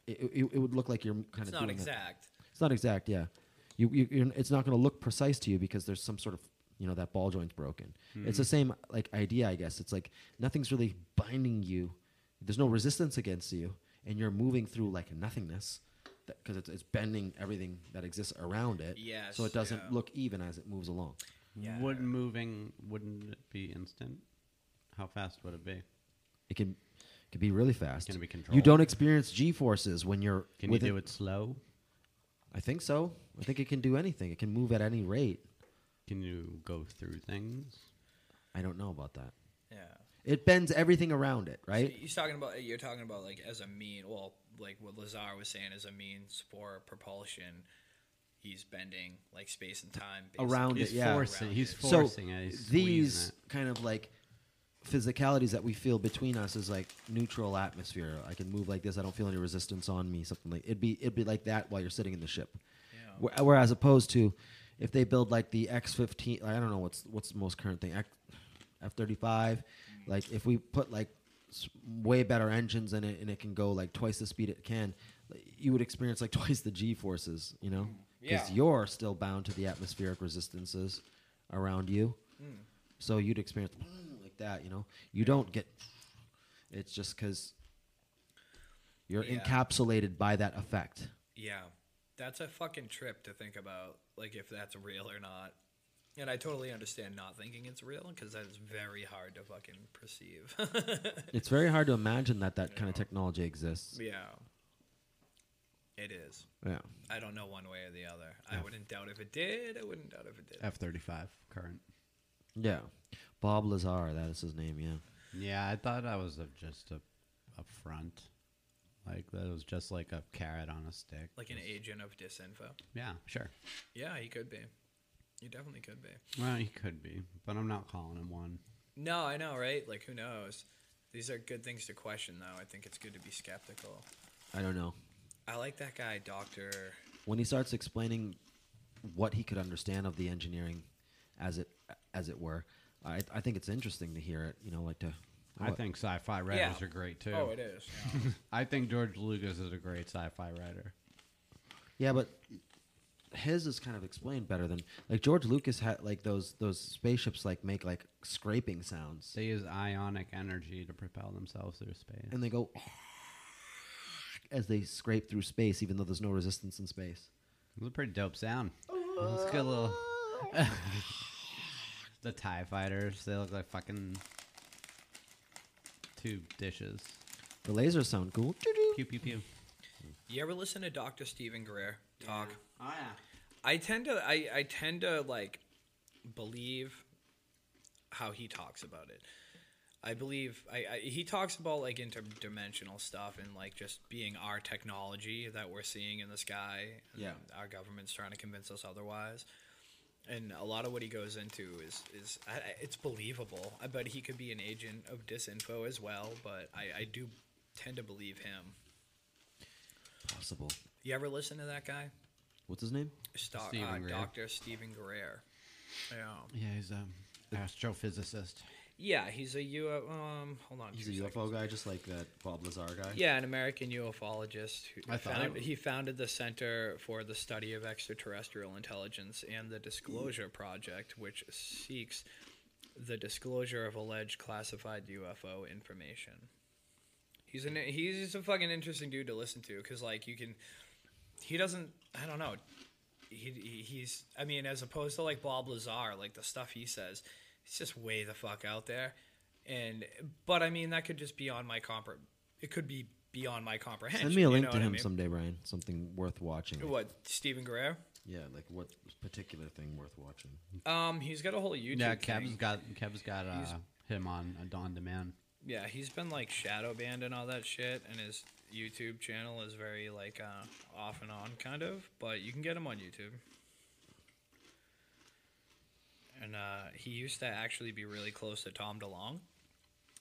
Speaker 3: It, it, it would look like you're kind
Speaker 2: It's
Speaker 3: of
Speaker 2: not
Speaker 3: doing that.
Speaker 2: exact.
Speaker 3: It's not exact, yeah. You, you you're, it's not going to look precise to you because there's some sort of you know that ball joint's broken. It's
Speaker 4: Hmm.
Speaker 3: the same like idea, I guess. It's like nothing's really binding you. There's no resistance against you, and you're moving through like nothingness because it's, it's bending everything that exists around it.
Speaker 2: Yes,
Speaker 3: So it doesn't
Speaker 2: yeah.
Speaker 3: look even as it moves along.
Speaker 2: Yeah.
Speaker 4: Would moving wouldn't it be instant? How fast would it be?
Speaker 3: It can it can be really fast.
Speaker 4: Can it be
Speaker 3: You don't experience g forces when you're.
Speaker 4: Can
Speaker 3: within-
Speaker 4: you do it slow?
Speaker 3: I think so. I think it can do anything. It can move at any rate.
Speaker 4: Can you go through things?
Speaker 3: I don't know about that.
Speaker 2: Yeah.
Speaker 3: It bends everything around it, right?
Speaker 2: He's talking about you're talking about like as a mean, well, like what Lazar was saying as a means for propulsion. He's bending like space and time basically.
Speaker 3: Around
Speaker 4: He's
Speaker 3: it, yeah.
Speaker 4: forcing.
Speaker 2: Around
Speaker 4: He's
Speaker 2: it.
Speaker 3: so
Speaker 4: forcing it. He's squeezing
Speaker 3: these
Speaker 4: it.
Speaker 3: kind of like physicalities that we feel between us is like neutral atmosphere. I can move like this. I don't feel any resistance on me. Something like it'd be it'd be like that while you're sitting in the ship.
Speaker 2: Yeah.
Speaker 3: Wh- Whereas opposed to if they build like the X fifteen, I don't know what's what's the most current thing F thirty five. Like if we put like s- way better engines in it and it can go like twice the speed it can, like, you would experience like twice the g forces. You know, because
Speaker 2: Mm. Yeah.
Speaker 3: you're still bound to the atmospheric resistances around you.
Speaker 2: Mm.
Speaker 3: So you'd experience like that. You know, you don't get. It's just because you're
Speaker 2: Yeah.
Speaker 3: encapsulated by that effect.
Speaker 2: Yeah, that's a fucking trip to think about, like if that's real or not. And I totally understand not thinking it's real because that is very hard to fucking perceive.
Speaker 3: It's very hard to imagine that that kind of technology exists.
Speaker 2: yeah, it is.
Speaker 3: Yeah.
Speaker 2: I don't know one way or the other. I wouldn't doubt if it did. I wouldn't doubt if it did.
Speaker 4: F thirty five current.
Speaker 3: Yeah. Bob Lazar, that is his name, yeah.
Speaker 4: Yeah, I thought I was a, just a, a front, like that was just like a carrot on a stick.
Speaker 2: Like an agent of disinfo.
Speaker 4: Yeah, sure.
Speaker 2: Yeah, he could be. He definitely could be.
Speaker 4: Well, he could be, but I'm not calling him one.
Speaker 2: No, I know, right? Like, who knows? These are good things to question, though. I think it's good to be skeptical.
Speaker 3: I don't know.
Speaker 2: I like that guy, Doctor.
Speaker 3: When he starts explaining what he could understand of the engineering as it as it were, I I think it's interesting to hear it, you know, like to
Speaker 4: I think sci-fi writers
Speaker 2: Yeah.
Speaker 4: are great too.
Speaker 2: Oh, it is.
Speaker 4: I think George Lucas is a great sci-fi writer.
Speaker 3: Yeah, but his is kind of explained better than like George Lucas had like those those spaceships like make like scraping sounds.
Speaker 4: They use ionic energy to propel themselves through space.
Speaker 3: and they go as they scrape through space even though there's no resistance in space.
Speaker 4: It's a pretty dope sound. Let's get a little. the Tie Fighters. They look like fucking tube dishes.
Speaker 3: The lasers sound cool.
Speaker 4: Pew pew pew.
Speaker 2: You ever listen to Dr. Stephen Greer talk?
Speaker 4: Oh yeah.
Speaker 2: I tend to I, I tend to like believe how he talks about it. I believe I, I he talks about like interdimensional stuff and like just being our technology that we're seeing in the sky. and
Speaker 3: Yeah.
Speaker 2: our government's trying to convince us otherwise. And a lot of what he goes into is is I, I- it's believable. I bet he could be an agent of disinfo as well, but I, I do tend to believe him.
Speaker 3: Possible.
Speaker 2: You ever listen to that guy?
Speaker 3: What's his name?
Speaker 2: Sto-
Speaker 4: Stephen
Speaker 2: uh,
Speaker 4: Greer.
Speaker 2: Dr. Stephen Greer. Yeah.
Speaker 4: Yeah, he's a astrophysicist.
Speaker 2: Yeah, he's a UFO. Um, hold on. two seconds.
Speaker 3: guy, just like that Bob Lazar guy.
Speaker 2: Yeah, an American ufologist. Who
Speaker 4: I thought
Speaker 2: found,
Speaker 4: it was-
Speaker 2: he founded the Center for the Study of Extraterrestrial Intelligence and the Disclosure Project, which seeks the disclosure of alleged classified UFO information. He's an he's a fucking interesting dude to listen to because like you can, he doesn't. I don't know. He, he he's. I mean, as opposed to like Bob Lazar, like the stuff he says, it's just way the fuck out there. And but I mean, that could just be on my compre. It could be beyond my comprehension.
Speaker 3: Send me a
Speaker 2: you
Speaker 3: link
Speaker 2: know
Speaker 3: to
Speaker 2: what I
Speaker 3: him
Speaker 2: mean?
Speaker 3: someday, Brian. Something worth watching.
Speaker 2: What Stephen Guerrero?
Speaker 3: Yeah, like what particular thing worth watching?
Speaker 2: Um, he's got a whole YouTube.
Speaker 4: Yeah,
Speaker 2: thing.
Speaker 4: Kev's got Kev's got uh,
Speaker 2: He's-
Speaker 4: him on a Dawn Demand.
Speaker 2: Yeah, he's been like shadow banned and all that shit, and his YouTube channel is very like uh, off and on kind of. But you can get him on YouTube. And uh, he used to actually be really close to Tom DeLong,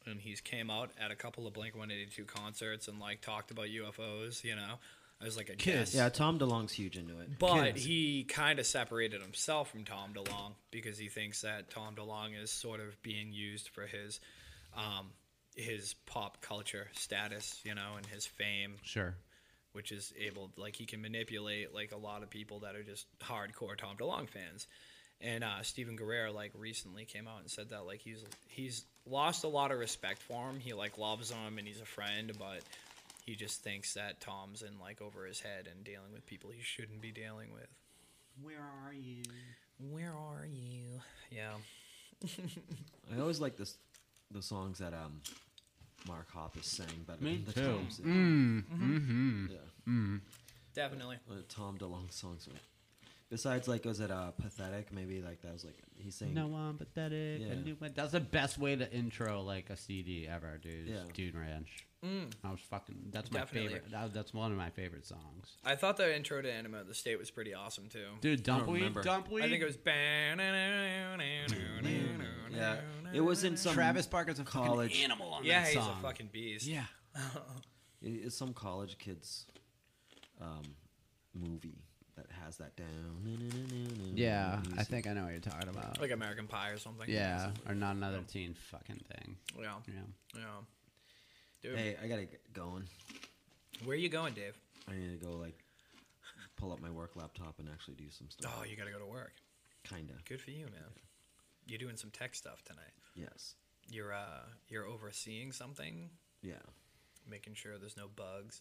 Speaker 2: and he's came out at a couple of Blink One Eighty Two concerts and like talked about UFOs. You know, I was like a guest.
Speaker 3: Yeah, Tom DeLong's huge into it.
Speaker 2: But
Speaker 3: Kids.
Speaker 2: he kind of separated himself from Tom DeLong because he thinks that Tom DeLong is sort of being used for his um, his pop culture status, you know, and his fame,
Speaker 4: Sure.
Speaker 2: which is able like he can manipulate like a lot of people that are just hardcore Tom DeLong fans. And uh, Stephen Guerrero like recently came out and said that like he's he's lost a lot of respect for him. He like loves him and he's a friend, but he just thinks that Tom's in like over his head and dealing with people he shouldn't be dealing with.
Speaker 4: Where are you?
Speaker 2: Where are you? Yeah.
Speaker 3: I always like this the songs that um Mark Hoppus sang better
Speaker 4: Me
Speaker 3: than the
Speaker 4: too.
Speaker 3: Tom's. Yeah.
Speaker 4: Mm, mm-hmm.
Speaker 3: Yeah.
Speaker 2: Definitely.
Speaker 3: Uh, Tom DeLong songs are Besides, like, was it uh, pathetic? Maybe like that was like he's saying.
Speaker 4: No, I'm pathetic.
Speaker 3: Yeah.
Speaker 4: I knew it. That's the best way to intro like a CD ever, dude. is
Speaker 3: Yeah.
Speaker 4: Dune Ranch.
Speaker 2: Mm.
Speaker 4: I was fucking. That's my
Speaker 2: Definitely.
Speaker 4: favorite. That, that's one of my favorite songs.
Speaker 2: I thought the intro to Anima of the State was pretty awesome too.
Speaker 4: Dude,
Speaker 7: don't
Speaker 4: Dumpweed,
Speaker 7: remember.
Speaker 4: Dumpweed.
Speaker 2: I think it was.
Speaker 3: Yeah,
Speaker 2: Yeah,
Speaker 3: it was in some
Speaker 4: Travis Barker's a
Speaker 3: college-
Speaker 4: fucking animal on
Speaker 2: Yeah,
Speaker 4: that
Speaker 2: he's
Speaker 4: song.
Speaker 2: a fucking beast.
Speaker 4: yeah.
Speaker 3: it- It's some college kids, um, movie that has that down.
Speaker 4: Yeah, I
Speaker 3: music.
Speaker 4: think I know what you're talking about.
Speaker 2: Like American Pie or something.
Speaker 4: yeah, or not another teen fucking thing.
Speaker 2: Yeah.
Speaker 4: Yeah.
Speaker 2: Yeah. Dude,
Speaker 3: Hey, I gotta get going.
Speaker 2: where you going, Dave?
Speaker 3: I need to go like pull up my work laptop and actually do some stuff.
Speaker 2: Oh, you got to go to work.
Speaker 3: Kinda.
Speaker 2: Good for you, man. You're doing some tech stuff tonight.
Speaker 3: Yes.
Speaker 2: You're uh you're overseeing something,
Speaker 3: Yeah.
Speaker 2: making sure there's no bugs.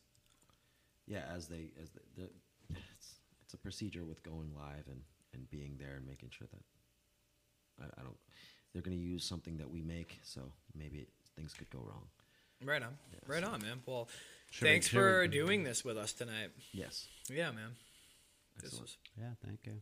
Speaker 3: Yeah. As they as they, the it's, it's a procedure with going live and and being there and making sure that I, I don't. They're gonna use something that we make, so maybe things could go wrong.
Speaker 2: Right on. right on, man. Well,
Speaker 4: Should we-
Speaker 2: thanks
Speaker 4: should we-
Speaker 2: for doing this with us tonight.
Speaker 3: Yes.
Speaker 2: Yeah, man. This
Speaker 3: Excellent.
Speaker 2: was
Speaker 4: Yeah, thank you.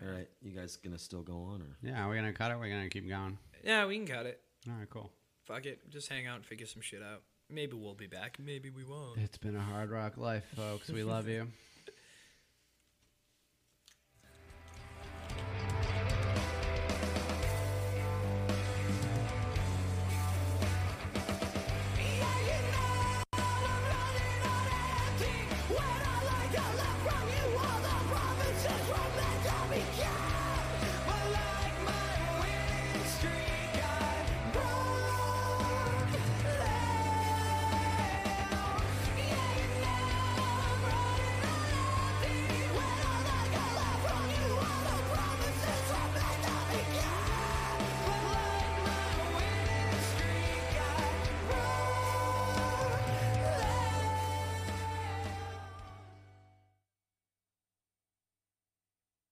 Speaker 3: All right, you guys gonna still go on or?
Speaker 4: Yeah, we're gonna cut it. We're gonna keep going.
Speaker 2: Yeah, we can cut it.
Speaker 4: All right, cool.
Speaker 2: Fuck it. Just hang out and figure some shit out. Maybe we'll be back. Maybe we won't.
Speaker 4: It's been a hard rock life, folks. We love you.